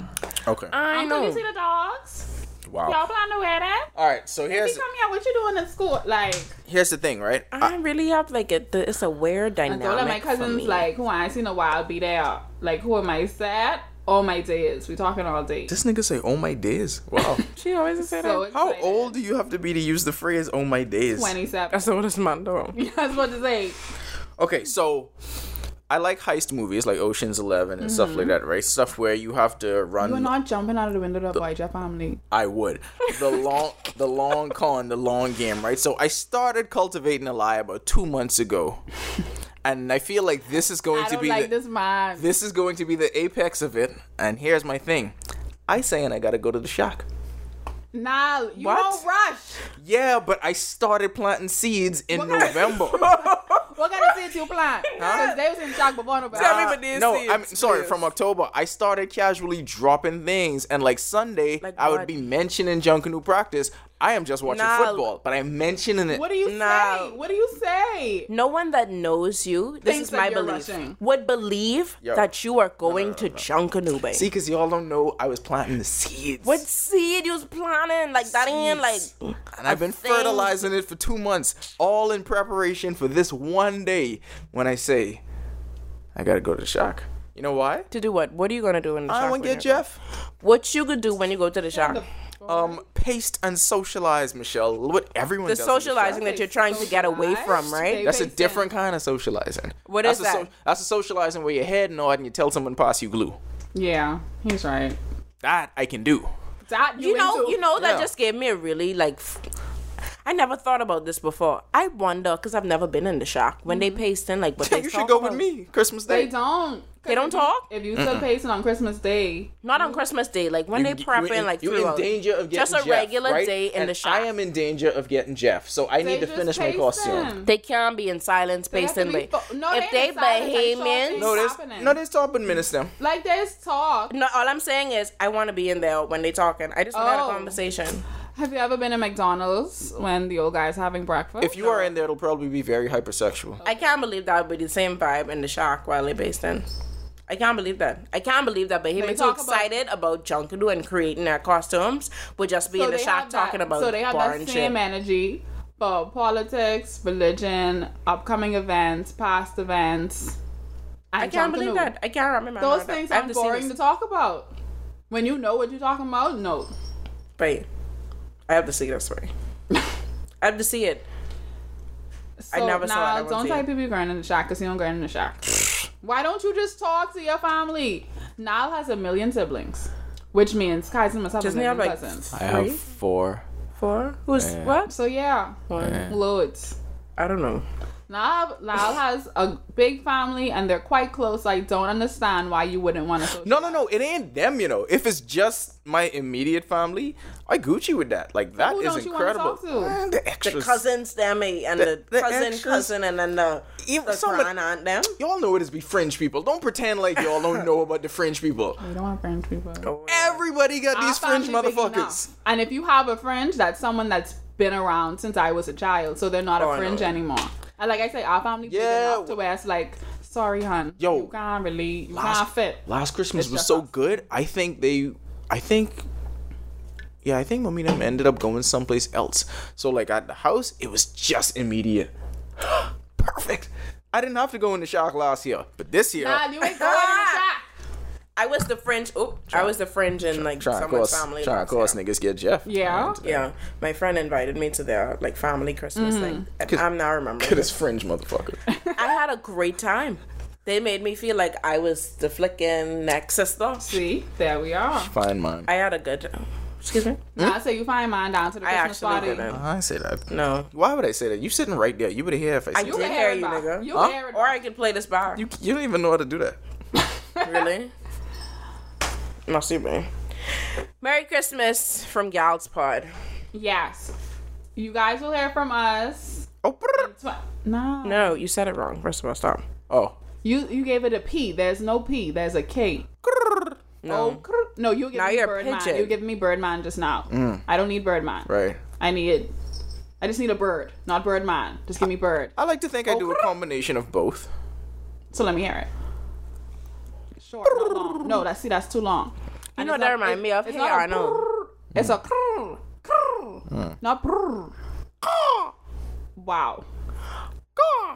[SPEAKER 4] Okay.
[SPEAKER 5] I
[SPEAKER 3] Uncle,
[SPEAKER 5] know.
[SPEAKER 3] you see the dogs? Y'all
[SPEAKER 4] Wow.
[SPEAKER 3] plan to wear that?
[SPEAKER 4] All right. So
[SPEAKER 3] They
[SPEAKER 4] here's
[SPEAKER 3] come here. What you doing in school? Like
[SPEAKER 4] here's the thing, right?
[SPEAKER 5] I really have like a, the, it's a weird
[SPEAKER 3] and
[SPEAKER 5] dynamic.
[SPEAKER 3] so that my
[SPEAKER 5] for
[SPEAKER 3] cousins
[SPEAKER 5] me.
[SPEAKER 3] like who I ain't seen in a while be there. Like who am I sad? All my days. We talking all day.
[SPEAKER 4] This nigga say, "Oh my days." Wow.
[SPEAKER 5] she always say
[SPEAKER 3] so
[SPEAKER 5] that.
[SPEAKER 4] How
[SPEAKER 3] excited.
[SPEAKER 4] old do you have to be to use the phrase "Oh my days"?
[SPEAKER 3] Twenty-seven.
[SPEAKER 5] That's the oldest man though.
[SPEAKER 3] I was about to say.
[SPEAKER 4] Okay, so I like heist movies like Ocean's Eleven and stuff
[SPEAKER 3] Mm-hmm.
[SPEAKER 4] like that, right? Stuff where you have to run.
[SPEAKER 3] You're not jumping out of the window to avoid your family.
[SPEAKER 4] I would the long, the long con, the long game, right? So I started cultivating a lie about two months ago, and I feel like this is going
[SPEAKER 3] I
[SPEAKER 4] to
[SPEAKER 3] don't
[SPEAKER 4] be
[SPEAKER 3] like
[SPEAKER 4] the,
[SPEAKER 3] this man.
[SPEAKER 4] this is going to be the apex of it. And here's my thing: I saying I gotta go to the shack.
[SPEAKER 3] nah, you
[SPEAKER 4] What?
[SPEAKER 3] don't rush.
[SPEAKER 4] Yeah, but I started planting seeds in
[SPEAKER 3] What?
[SPEAKER 4] November.
[SPEAKER 3] What kind of seeds you plant? Because they was in shock before nobody.
[SPEAKER 5] Tell me
[SPEAKER 4] Uh,
[SPEAKER 5] but these
[SPEAKER 4] no,
[SPEAKER 5] seeds,
[SPEAKER 4] I'm sorry. From
[SPEAKER 5] please.
[SPEAKER 4] October, I started casually dropping things, and like Sunday,
[SPEAKER 5] Like
[SPEAKER 4] I would
[SPEAKER 5] what?
[SPEAKER 4] be mentioning junk and new practice. I am just watching
[SPEAKER 5] Nah.
[SPEAKER 4] football, but I'm mentioning it.
[SPEAKER 3] What do you
[SPEAKER 5] Nah.
[SPEAKER 3] say? What do you say?
[SPEAKER 5] No one that knows you, this
[SPEAKER 3] Thinks
[SPEAKER 5] is
[SPEAKER 3] that
[SPEAKER 5] my
[SPEAKER 3] you're
[SPEAKER 5] belief,
[SPEAKER 3] rushing.
[SPEAKER 5] would believe
[SPEAKER 4] Yo.
[SPEAKER 5] that you are going to Junkanube.
[SPEAKER 4] See, because y'all don't know, I was planting the seeds.
[SPEAKER 5] What seed you was planting? Like that ain't like.
[SPEAKER 4] And I've been
[SPEAKER 5] thing?
[SPEAKER 4] fertilizing it for two months, all in preparation for this one day when I say, I gotta go to the shack. You know why?
[SPEAKER 5] To do what? What are you gonna do in the shop?
[SPEAKER 4] I wanna
[SPEAKER 5] when
[SPEAKER 4] get
[SPEAKER 5] you're-
[SPEAKER 4] Jeff.
[SPEAKER 5] What you could do when you go to the shop?
[SPEAKER 4] Um, paste and socialize, Michelle. What everyone
[SPEAKER 5] The
[SPEAKER 4] does in the shack.
[SPEAKER 5] socializing that you're trying to get away from, right?
[SPEAKER 4] That's a
[SPEAKER 3] Facing.
[SPEAKER 4] different kind of socializing.
[SPEAKER 5] What
[SPEAKER 4] that's
[SPEAKER 5] is
[SPEAKER 4] a so-
[SPEAKER 5] that?
[SPEAKER 4] that's a socializing where your head nod and you tell someone to pass you glue.
[SPEAKER 3] Yeah, he's right.
[SPEAKER 4] That I can do.
[SPEAKER 3] That you,
[SPEAKER 5] you know,
[SPEAKER 3] into-
[SPEAKER 5] you know that
[SPEAKER 4] Yeah.
[SPEAKER 5] just gave me a really like. f- I never thought about this before. I wonder because I've never been in the shop when they paste in like what they
[SPEAKER 4] you should
[SPEAKER 5] talk
[SPEAKER 4] go with
[SPEAKER 5] about.
[SPEAKER 4] me Christmas
[SPEAKER 3] They
[SPEAKER 4] Day.
[SPEAKER 3] don't.
[SPEAKER 5] They don't talk.
[SPEAKER 3] If you still pacing on Christmas Day,
[SPEAKER 5] Not on Christmas Day, like when
[SPEAKER 4] You-
[SPEAKER 5] they
[SPEAKER 4] you
[SPEAKER 5] prepping
[SPEAKER 4] in-
[SPEAKER 5] like
[SPEAKER 4] you in
[SPEAKER 5] throughout.
[SPEAKER 4] danger of getting
[SPEAKER 5] just a
[SPEAKER 4] Jeff,
[SPEAKER 5] regular
[SPEAKER 4] right?
[SPEAKER 5] day in
[SPEAKER 4] And
[SPEAKER 5] the shop.
[SPEAKER 4] I am in danger of getting Jeff, so I
[SPEAKER 3] they
[SPEAKER 4] need to
[SPEAKER 3] just
[SPEAKER 4] finish my
[SPEAKER 3] pace
[SPEAKER 4] costume.
[SPEAKER 3] them.
[SPEAKER 5] They can be in silence,
[SPEAKER 3] have
[SPEAKER 5] based
[SPEAKER 3] to
[SPEAKER 5] in
[SPEAKER 3] be
[SPEAKER 5] like
[SPEAKER 3] fo- no,
[SPEAKER 5] if
[SPEAKER 3] they
[SPEAKER 5] they
[SPEAKER 3] in silence, like,
[SPEAKER 5] Bahamians.
[SPEAKER 3] shorty. No,
[SPEAKER 4] No, there's
[SPEAKER 3] happening.
[SPEAKER 4] no, there's top minister.
[SPEAKER 3] like there's talk.
[SPEAKER 5] No, all I'm saying is I want to be in there when they talking. I just want to have
[SPEAKER 3] Oh.
[SPEAKER 5] a conversation.
[SPEAKER 3] Have you ever been in McDonald's when the old guy's having breakfast?
[SPEAKER 4] If you are in there, it'll probably be very hypersexual.
[SPEAKER 5] I can't believe that would be the same vibe in the shock while they based in. I can't believe that. I can't believe that Bahamians so
[SPEAKER 3] talk about-
[SPEAKER 5] excited about Junkanoo and creating their costumes would just be in the
[SPEAKER 3] they
[SPEAKER 5] shock
[SPEAKER 3] have that-
[SPEAKER 5] talking about
[SPEAKER 3] so they have
[SPEAKER 5] bar
[SPEAKER 3] that
[SPEAKER 5] and
[SPEAKER 3] same
[SPEAKER 5] shit.
[SPEAKER 3] energy for politics, religion, upcoming events, past events.
[SPEAKER 5] I can't believe that. I can't remember.
[SPEAKER 3] Those things
[SPEAKER 5] I have
[SPEAKER 3] are
[SPEAKER 5] to see
[SPEAKER 3] boring
[SPEAKER 5] this.
[SPEAKER 3] to talk about. When you know what you're talking about, no.
[SPEAKER 5] Wait, I have to see this way. I have to see it.
[SPEAKER 3] So
[SPEAKER 5] never saw it. I
[SPEAKER 3] now,
[SPEAKER 5] wanna
[SPEAKER 3] don't
[SPEAKER 5] see
[SPEAKER 3] type
[SPEAKER 5] it.
[SPEAKER 3] people grinding in the shack because you don't grind in the shack. Why don't you just talk to your family? Niall has a million siblings, which means Kaizen must have
[SPEAKER 5] Doesn't
[SPEAKER 3] a
[SPEAKER 5] he have
[SPEAKER 3] million
[SPEAKER 5] like
[SPEAKER 3] cousins.
[SPEAKER 4] I
[SPEAKER 5] have
[SPEAKER 4] four.
[SPEAKER 5] four? Who's what?
[SPEAKER 3] So yeah, loads.
[SPEAKER 5] I don't know.
[SPEAKER 3] Niall, Niall has a big family and they're quite close. I don't understand why you wouldn't want to.
[SPEAKER 4] No, no, no. It ain't them, you know. If it's just my immediate family, I Gucci with that. Like that
[SPEAKER 3] Who
[SPEAKER 4] is
[SPEAKER 3] don't you wanna
[SPEAKER 4] incredible.
[SPEAKER 3] talk to?
[SPEAKER 4] Man, the extras.
[SPEAKER 5] cousins them eh, and the,
[SPEAKER 4] the
[SPEAKER 5] cousin
[SPEAKER 4] extras.
[SPEAKER 5] cousin and then the,
[SPEAKER 4] Even
[SPEAKER 5] the
[SPEAKER 4] somebody-
[SPEAKER 5] grand aunt them.
[SPEAKER 4] Y'all know it is be fringe people. Don't pretend like y'all don't know about the fringe people.
[SPEAKER 3] You don't want fringe people.
[SPEAKER 4] Everybody got
[SPEAKER 3] Our
[SPEAKER 4] these fringe
[SPEAKER 3] family big
[SPEAKER 4] motherfuckers.
[SPEAKER 3] enough. And if you have a fringe, that's someone that's been around since I was a child, so they're not
[SPEAKER 5] Oh, I
[SPEAKER 3] a fringe
[SPEAKER 5] know.
[SPEAKER 3] anymore. And like I say, our family
[SPEAKER 4] Yeah.
[SPEAKER 3] big enough to where it's like, sorry, hun,
[SPEAKER 4] Yo,
[SPEAKER 3] you can't really, you
[SPEAKER 4] Last-
[SPEAKER 3] can't fit.
[SPEAKER 4] Last Christmas
[SPEAKER 3] It's
[SPEAKER 4] was
[SPEAKER 3] just
[SPEAKER 4] so
[SPEAKER 3] us.
[SPEAKER 4] good. I think they, I think, yeah, I think mommy and them ended up going someplace else. So like at the house, it was just immediate. Perfect. I didn't have to go in the shock last year, but this year,
[SPEAKER 3] Nah, you ain't going in the shack.
[SPEAKER 5] I was the fringe. Oh, I was the fringe in like
[SPEAKER 4] trying to
[SPEAKER 5] someone's
[SPEAKER 4] cause,
[SPEAKER 5] family.
[SPEAKER 4] trying to
[SPEAKER 5] last
[SPEAKER 4] cause
[SPEAKER 5] year.
[SPEAKER 4] niggas get Jeff.
[SPEAKER 3] Yeah.
[SPEAKER 5] Yeah, my friend invited me to their like family Christmas thing. And I'm not remembering.
[SPEAKER 4] Get this fringe motherfucker.
[SPEAKER 5] I had a great time. They made me feel like I was the flicking next sister.
[SPEAKER 3] See, there we are.
[SPEAKER 4] Fine mine.
[SPEAKER 5] I had a good. Excuse me.
[SPEAKER 3] Now I say you find mine down to the
[SPEAKER 5] I
[SPEAKER 3] Christmas
[SPEAKER 5] actually
[SPEAKER 3] party.
[SPEAKER 5] didn't.
[SPEAKER 4] I say that.
[SPEAKER 5] No.
[SPEAKER 4] Why would I say that? Uh-huh. You sitting right there. You would have here if I said
[SPEAKER 5] I
[SPEAKER 4] you,
[SPEAKER 5] do
[SPEAKER 3] can
[SPEAKER 5] hear
[SPEAKER 3] hear it
[SPEAKER 5] you,
[SPEAKER 3] back.
[SPEAKER 5] nigga.
[SPEAKER 3] You Huh? hear it
[SPEAKER 5] Or
[SPEAKER 3] back.
[SPEAKER 5] I could play this bar. You
[SPEAKER 4] you don't even know how to do that.
[SPEAKER 5] really? Must be me. Merry Christmas from Gals Pod.
[SPEAKER 3] Yes. You guys will hear from us.
[SPEAKER 4] Oh, brr.
[SPEAKER 3] Tw- No.
[SPEAKER 5] No, you said it wrong. First of all, stop.
[SPEAKER 4] oh.
[SPEAKER 3] You you gave it a P. There's no P. There's a K.
[SPEAKER 4] Grrr.
[SPEAKER 3] No. Oh, crrr. no, you were giving
[SPEAKER 5] Now
[SPEAKER 3] me
[SPEAKER 5] you're a
[SPEAKER 3] Birdman.
[SPEAKER 5] pigeon.
[SPEAKER 3] You were giving me Birdman just now. I don't need Birdman.
[SPEAKER 4] Right.
[SPEAKER 3] I need. I just need a bird, not Birdman. Just give me bird.
[SPEAKER 4] I like to think I do a combination of both.
[SPEAKER 3] So let me hear it. Short, not long. No, that's see, that's too long.
[SPEAKER 5] You
[SPEAKER 3] And
[SPEAKER 5] know
[SPEAKER 3] it's
[SPEAKER 5] what that
[SPEAKER 3] not-
[SPEAKER 5] remind
[SPEAKER 3] it-
[SPEAKER 5] me of?
[SPEAKER 3] It's
[SPEAKER 5] Hey
[SPEAKER 3] not a
[SPEAKER 5] Arnold.
[SPEAKER 3] brrr. It's a crrr, crrr, not brrr. Wow.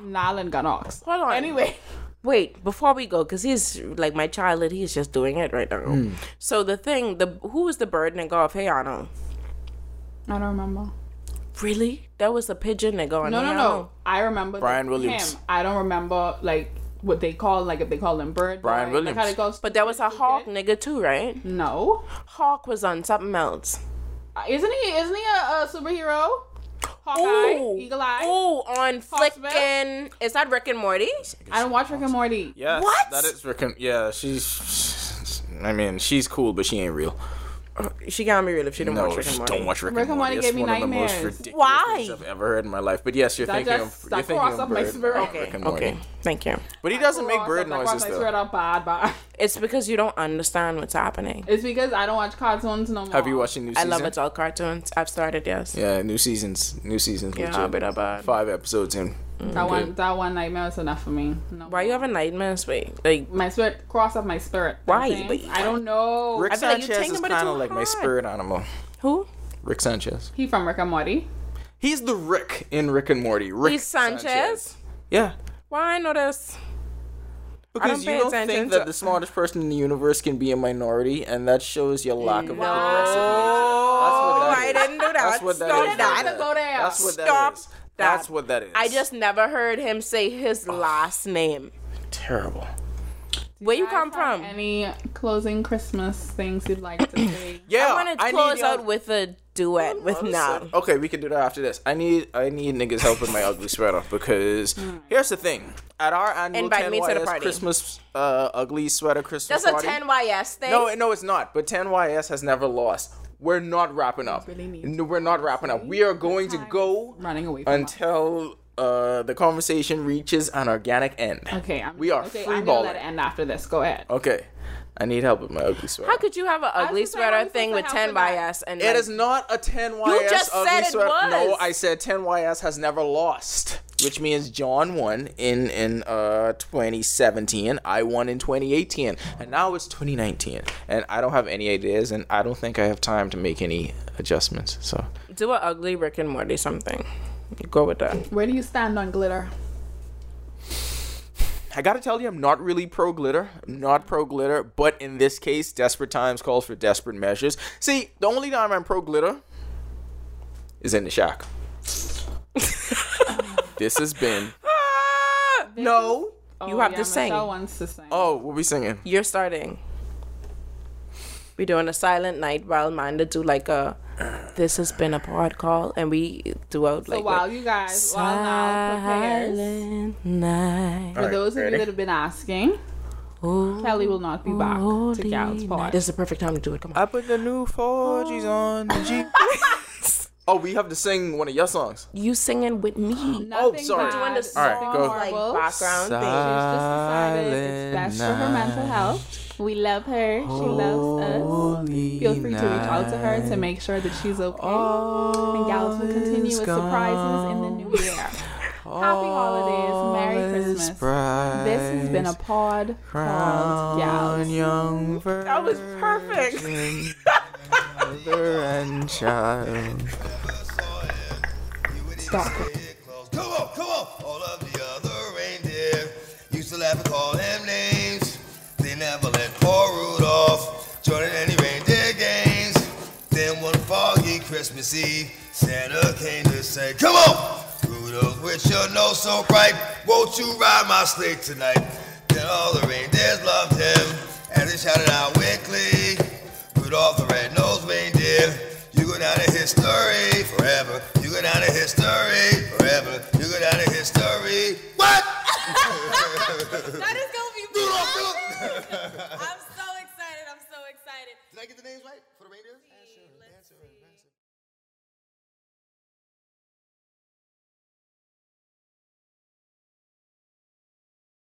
[SPEAKER 3] Nylon Gunox.
[SPEAKER 5] Hold on.
[SPEAKER 3] Anyway,
[SPEAKER 5] Wait, before we go, because he's like my childhood, he's just doing it right now.
[SPEAKER 4] Hmm.
[SPEAKER 5] So the thing, the who was the bird in golf? Hey Arnold.
[SPEAKER 3] I don't remember.
[SPEAKER 5] Really? That was a pigeon that go on.
[SPEAKER 3] No,
[SPEAKER 5] Hey
[SPEAKER 3] no,
[SPEAKER 5] Arnold.
[SPEAKER 3] no. I remember
[SPEAKER 4] Brian
[SPEAKER 3] him.
[SPEAKER 4] Williams.
[SPEAKER 3] I don't remember like what they call like if they call them bird.
[SPEAKER 4] Brian
[SPEAKER 3] boy, Like how
[SPEAKER 4] Williams.
[SPEAKER 3] they call
[SPEAKER 5] But that was a hawk nigga too, right?
[SPEAKER 3] No,
[SPEAKER 5] Hawk was on something else.
[SPEAKER 3] Uh, isn't he? Isn't he a, a superhero? Hawkeye,
[SPEAKER 5] Ooh.
[SPEAKER 3] Eagle Eye.
[SPEAKER 5] Ooh, on
[SPEAKER 3] Hawksbill?
[SPEAKER 5] flickin' is that Rick and Morty?
[SPEAKER 3] I don't watch Rick and Morty.
[SPEAKER 4] Yes,
[SPEAKER 5] What?
[SPEAKER 4] That is Rick. and- Yeah, she's. I mean, she's cool, but she ain't real.
[SPEAKER 5] She got me real if she didn't
[SPEAKER 4] No,
[SPEAKER 5] watch Rick and
[SPEAKER 4] just
[SPEAKER 5] Morty.
[SPEAKER 4] don't watch Rick,
[SPEAKER 3] Rick and Morty
[SPEAKER 4] It's
[SPEAKER 3] gave me
[SPEAKER 4] one of the
[SPEAKER 3] nightmares.
[SPEAKER 4] most ridiculous
[SPEAKER 5] Why?
[SPEAKER 4] things I've ever heard in my life. But yes, you're
[SPEAKER 3] That
[SPEAKER 4] thinking
[SPEAKER 3] just-
[SPEAKER 4] of
[SPEAKER 3] that
[SPEAKER 4] you're thinking
[SPEAKER 3] crossed
[SPEAKER 4] of
[SPEAKER 3] off my
[SPEAKER 4] Bird.
[SPEAKER 3] spirit.
[SPEAKER 4] Okay, Rick and Morty.
[SPEAKER 5] Okay, thank you.
[SPEAKER 4] But he doesn't make bird
[SPEAKER 3] Like,
[SPEAKER 4] noises
[SPEAKER 3] I
[SPEAKER 4] though.
[SPEAKER 3] swear to bad, bad.
[SPEAKER 5] It's because you don't understand what's happening.
[SPEAKER 3] It's because I don't watch cartoons no more.
[SPEAKER 4] Have you watched the new
[SPEAKER 5] I
[SPEAKER 4] season?
[SPEAKER 5] love adult cartoons. I've started, yes.
[SPEAKER 4] Yeah, new seasons. New seasons.
[SPEAKER 5] Yeah,
[SPEAKER 4] legit.
[SPEAKER 5] but not bad.
[SPEAKER 4] Five episodes in.
[SPEAKER 3] that one? That one nightmare was enough for me. No
[SPEAKER 5] Why you
[SPEAKER 3] more.
[SPEAKER 5] having nightmares? Wait, like
[SPEAKER 3] my spirit cross off my spirit? you know
[SPEAKER 5] Why?
[SPEAKER 3] what I'm saying?
[SPEAKER 5] But-
[SPEAKER 3] I don't know.
[SPEAKER 4] Rick
[SPEAKER 5] I feel like you
[SPEAKER 4] Sanchez
[SPEAKER 5] thinking
[SPEAKER 4] is
[SPEAKER 5] about it
[SPEAKER 4] kind of
[SPEAKER 5] too
[SPEAKER 4] like my
[SPEAKER 5] hard.
[SPEAKER 4] spirit animal.
[SPEAKER 5] who?
[SPEAKER 4] Rick Sanchez.
[SPEAKER 3] he from Rick and Morty.
[SPEAKER 4] He's the Rick in Rick and Morty. Rick
[SPEAKER 5] He's Sanchez.
[SPEAKER 4] Yeah.
[SPEAKER 5] Why I know this?
[SPEAKER 4] Because
[SPEAKER 5] pay
[SPEAKER 4] you don't
[SPEAKER 5] attention
[SPEAKER 4] think that
[SPEAKER 5] to-
[SPEAKER 4] the smartest person in the universe can be a minority, and that shows your lack of progressive
[SPEAKER 5] Oh,
[SPEAKER 4] nature. That's what that
[SPEAKER 5] I
[SPEAKER 4] is.
[SPEAKER 5] didn't do that.
[SPEAKER 4] That's what that
[SPEAKER 5] Stop
[SPEAKER 4] is.
[SPEAKER 5] that.
[SPEAKER 3] Gotta go there.
[SPEAKER 4] That's what that is.
[SPEAKER 5] Stop that.
[SPEAKER 4] That's what that is.
[SPEAKER 5] I just never heard him say his last name.
[SPEAKER 4] terrible.
[SPEAKER 5] Where you come from?
[SPEAKER 3] Any closing Christmas things you'd like to say?
[SPEAKER 4] Yeah,
[SPEAKER 5] I want to close out with a duet with Nam.
[SPEAKER 4] Okay, we can do that after this. I need I need niggas help with my ugly sweater because here's the thing. At our annual
[SPEAKER 5] Hmm. Invite me to the
[SPEAKER 4] 10YS
[SPEAKER 5] party.
[SPEAKER 4] Christmas uh, ugly sweater Christmas
[SPEAKER 5] That's a
[SPEAKER 4] party.
[SPEAKER 5] 10YS thing.
[SPEAKER 4] No, no, it's not. But 10YS has never lost. We're not wrapping up.
[SPEAKER 3] Really needs
[SPEAKER 4] No, We're not wrapping up. We are going to go
[SPEAKER 3] Running away from
[SPEAKER 4] until uh, the conversation reaches an organic end.
[SPEAKER 3] Okay, I'm,
[SPEAKER 4] We are
[SPEAKER 3] okay,
[SPEAKER 4] free
[SPEAKER 3] I'm gonna let
[SPEAKER 4] balling.
[SPEAKER 3] it end after this. Go ahead.
[SPEAKER 4] Okay. I need help with my ugly sweater.
[SPEAKER 5] How could you have an ugly
[SPEAKER 3] was gonna say, how
[SPEAKER 5] sweater
[SPEAKER 3] you
[SPEAKER 5] thing
[SPEAKER 3] supposed
[SPEAKER 5] with
[SPEAKER 3] to
[SPEAKER 5] 10
[SPEAKER 3] help with that?
[SPEAKER 5] bias and
[SPEAKER 4] It
[SPEAKER 5] like-
[SPEAKER 4] is not a 10YS
[SPEAKER 5] You just
[SPEAKER 4] ugly
[SPEAKER 5] said it
[SPEAKER 4] sweater. No,
[SPEAKER 5] was.
[SPEAKER 4] I said 10YS has never lost, which means John won in in uh 2017, I won in 2018, and now it's 2019, and I don't have any ideas, and I don't think I have time to make any adjustments. So
[SPEAKER 5] do an ugly Rick and Morty something. Go with that.
[SPEAKER 3] Where do you stand on glitter?
[SPEAKER 4] I gotta tell you, I'm not really pro glitter. I'm not pro glitter, but in this case, desperate times calls for desperate measures. See, the only time I'm pro glitter is in the shack. this has been. Ah! No.
[SPEAKER 5] You have
[SPEAKER 3] Oh, yeah,
[SPEAKER 5] to sing.
[SPEAKER 3] Michelle wants to sing.
[SPEAKER 4] Oh, what we singing?
[SPEAKER 5] You're starting. We doing a silent night while Manda do like a. This has been a pod call, and we do out
[SPEAKER 3] so
[SPEAKER 5] like.
[SPEAKER 3] while
[SPEAKER 5] what-
[SPEAKER 3] you guys, while now prepares.
[SPEAKER 5] silent night.
[SPEAKER 3] For those of you that have been asking, Kelly will not be back to Gal's Pod.
[SPEAKER 5] This is the perfect time to do it. Come on.
[SPEAKER 4] I put the new 4Gs on the Jeep. oh, we have to sing one of your songs.
[SPEAKER 5] You singing with me.
[SPEAKER 3] Nothing
[SPEAKER 4] Oh, sorry.
[SPEAKER 3] bad,
[SPEAKER 4] Doing
[SPEAKER 5] the
[SPEAKER 3] nothing
[SPEAKER 4] All right, go.
[SPEAKER 5] like
[SPEAKER 3] horrible.
[SPEAKER 5] background
[SPEAKER 3] She's
[SPEAKER 5] thing.
[SPEAKER 3] just decided it's best for her mental health. We love her. She loves us. Feel free to reach out to her to make sure that she's okay. and Gals will continue with surprises in the new year. Happy holidays. Merry Christmas. This has been a pod called Gals.
[SPEAKER 4] young
[SPEAKER 5] That was perfect.
[SPEAKER 4] and child.
[SPEAKER 3] Stop
[SPEAKER 2] Come on, come on. All of the other reindeer used to laugh and call him names. They never let poor Rudolph join in any reindeer games. Then one foggy Christmas Eve, Santa came to say, Come on, Rudolph, with your nose so bright, won't you ride my sleigh tonight? Then all the reindeers loved him, and they shouted out with glee. Rudolph the red-nosed reindeer, you go down in history.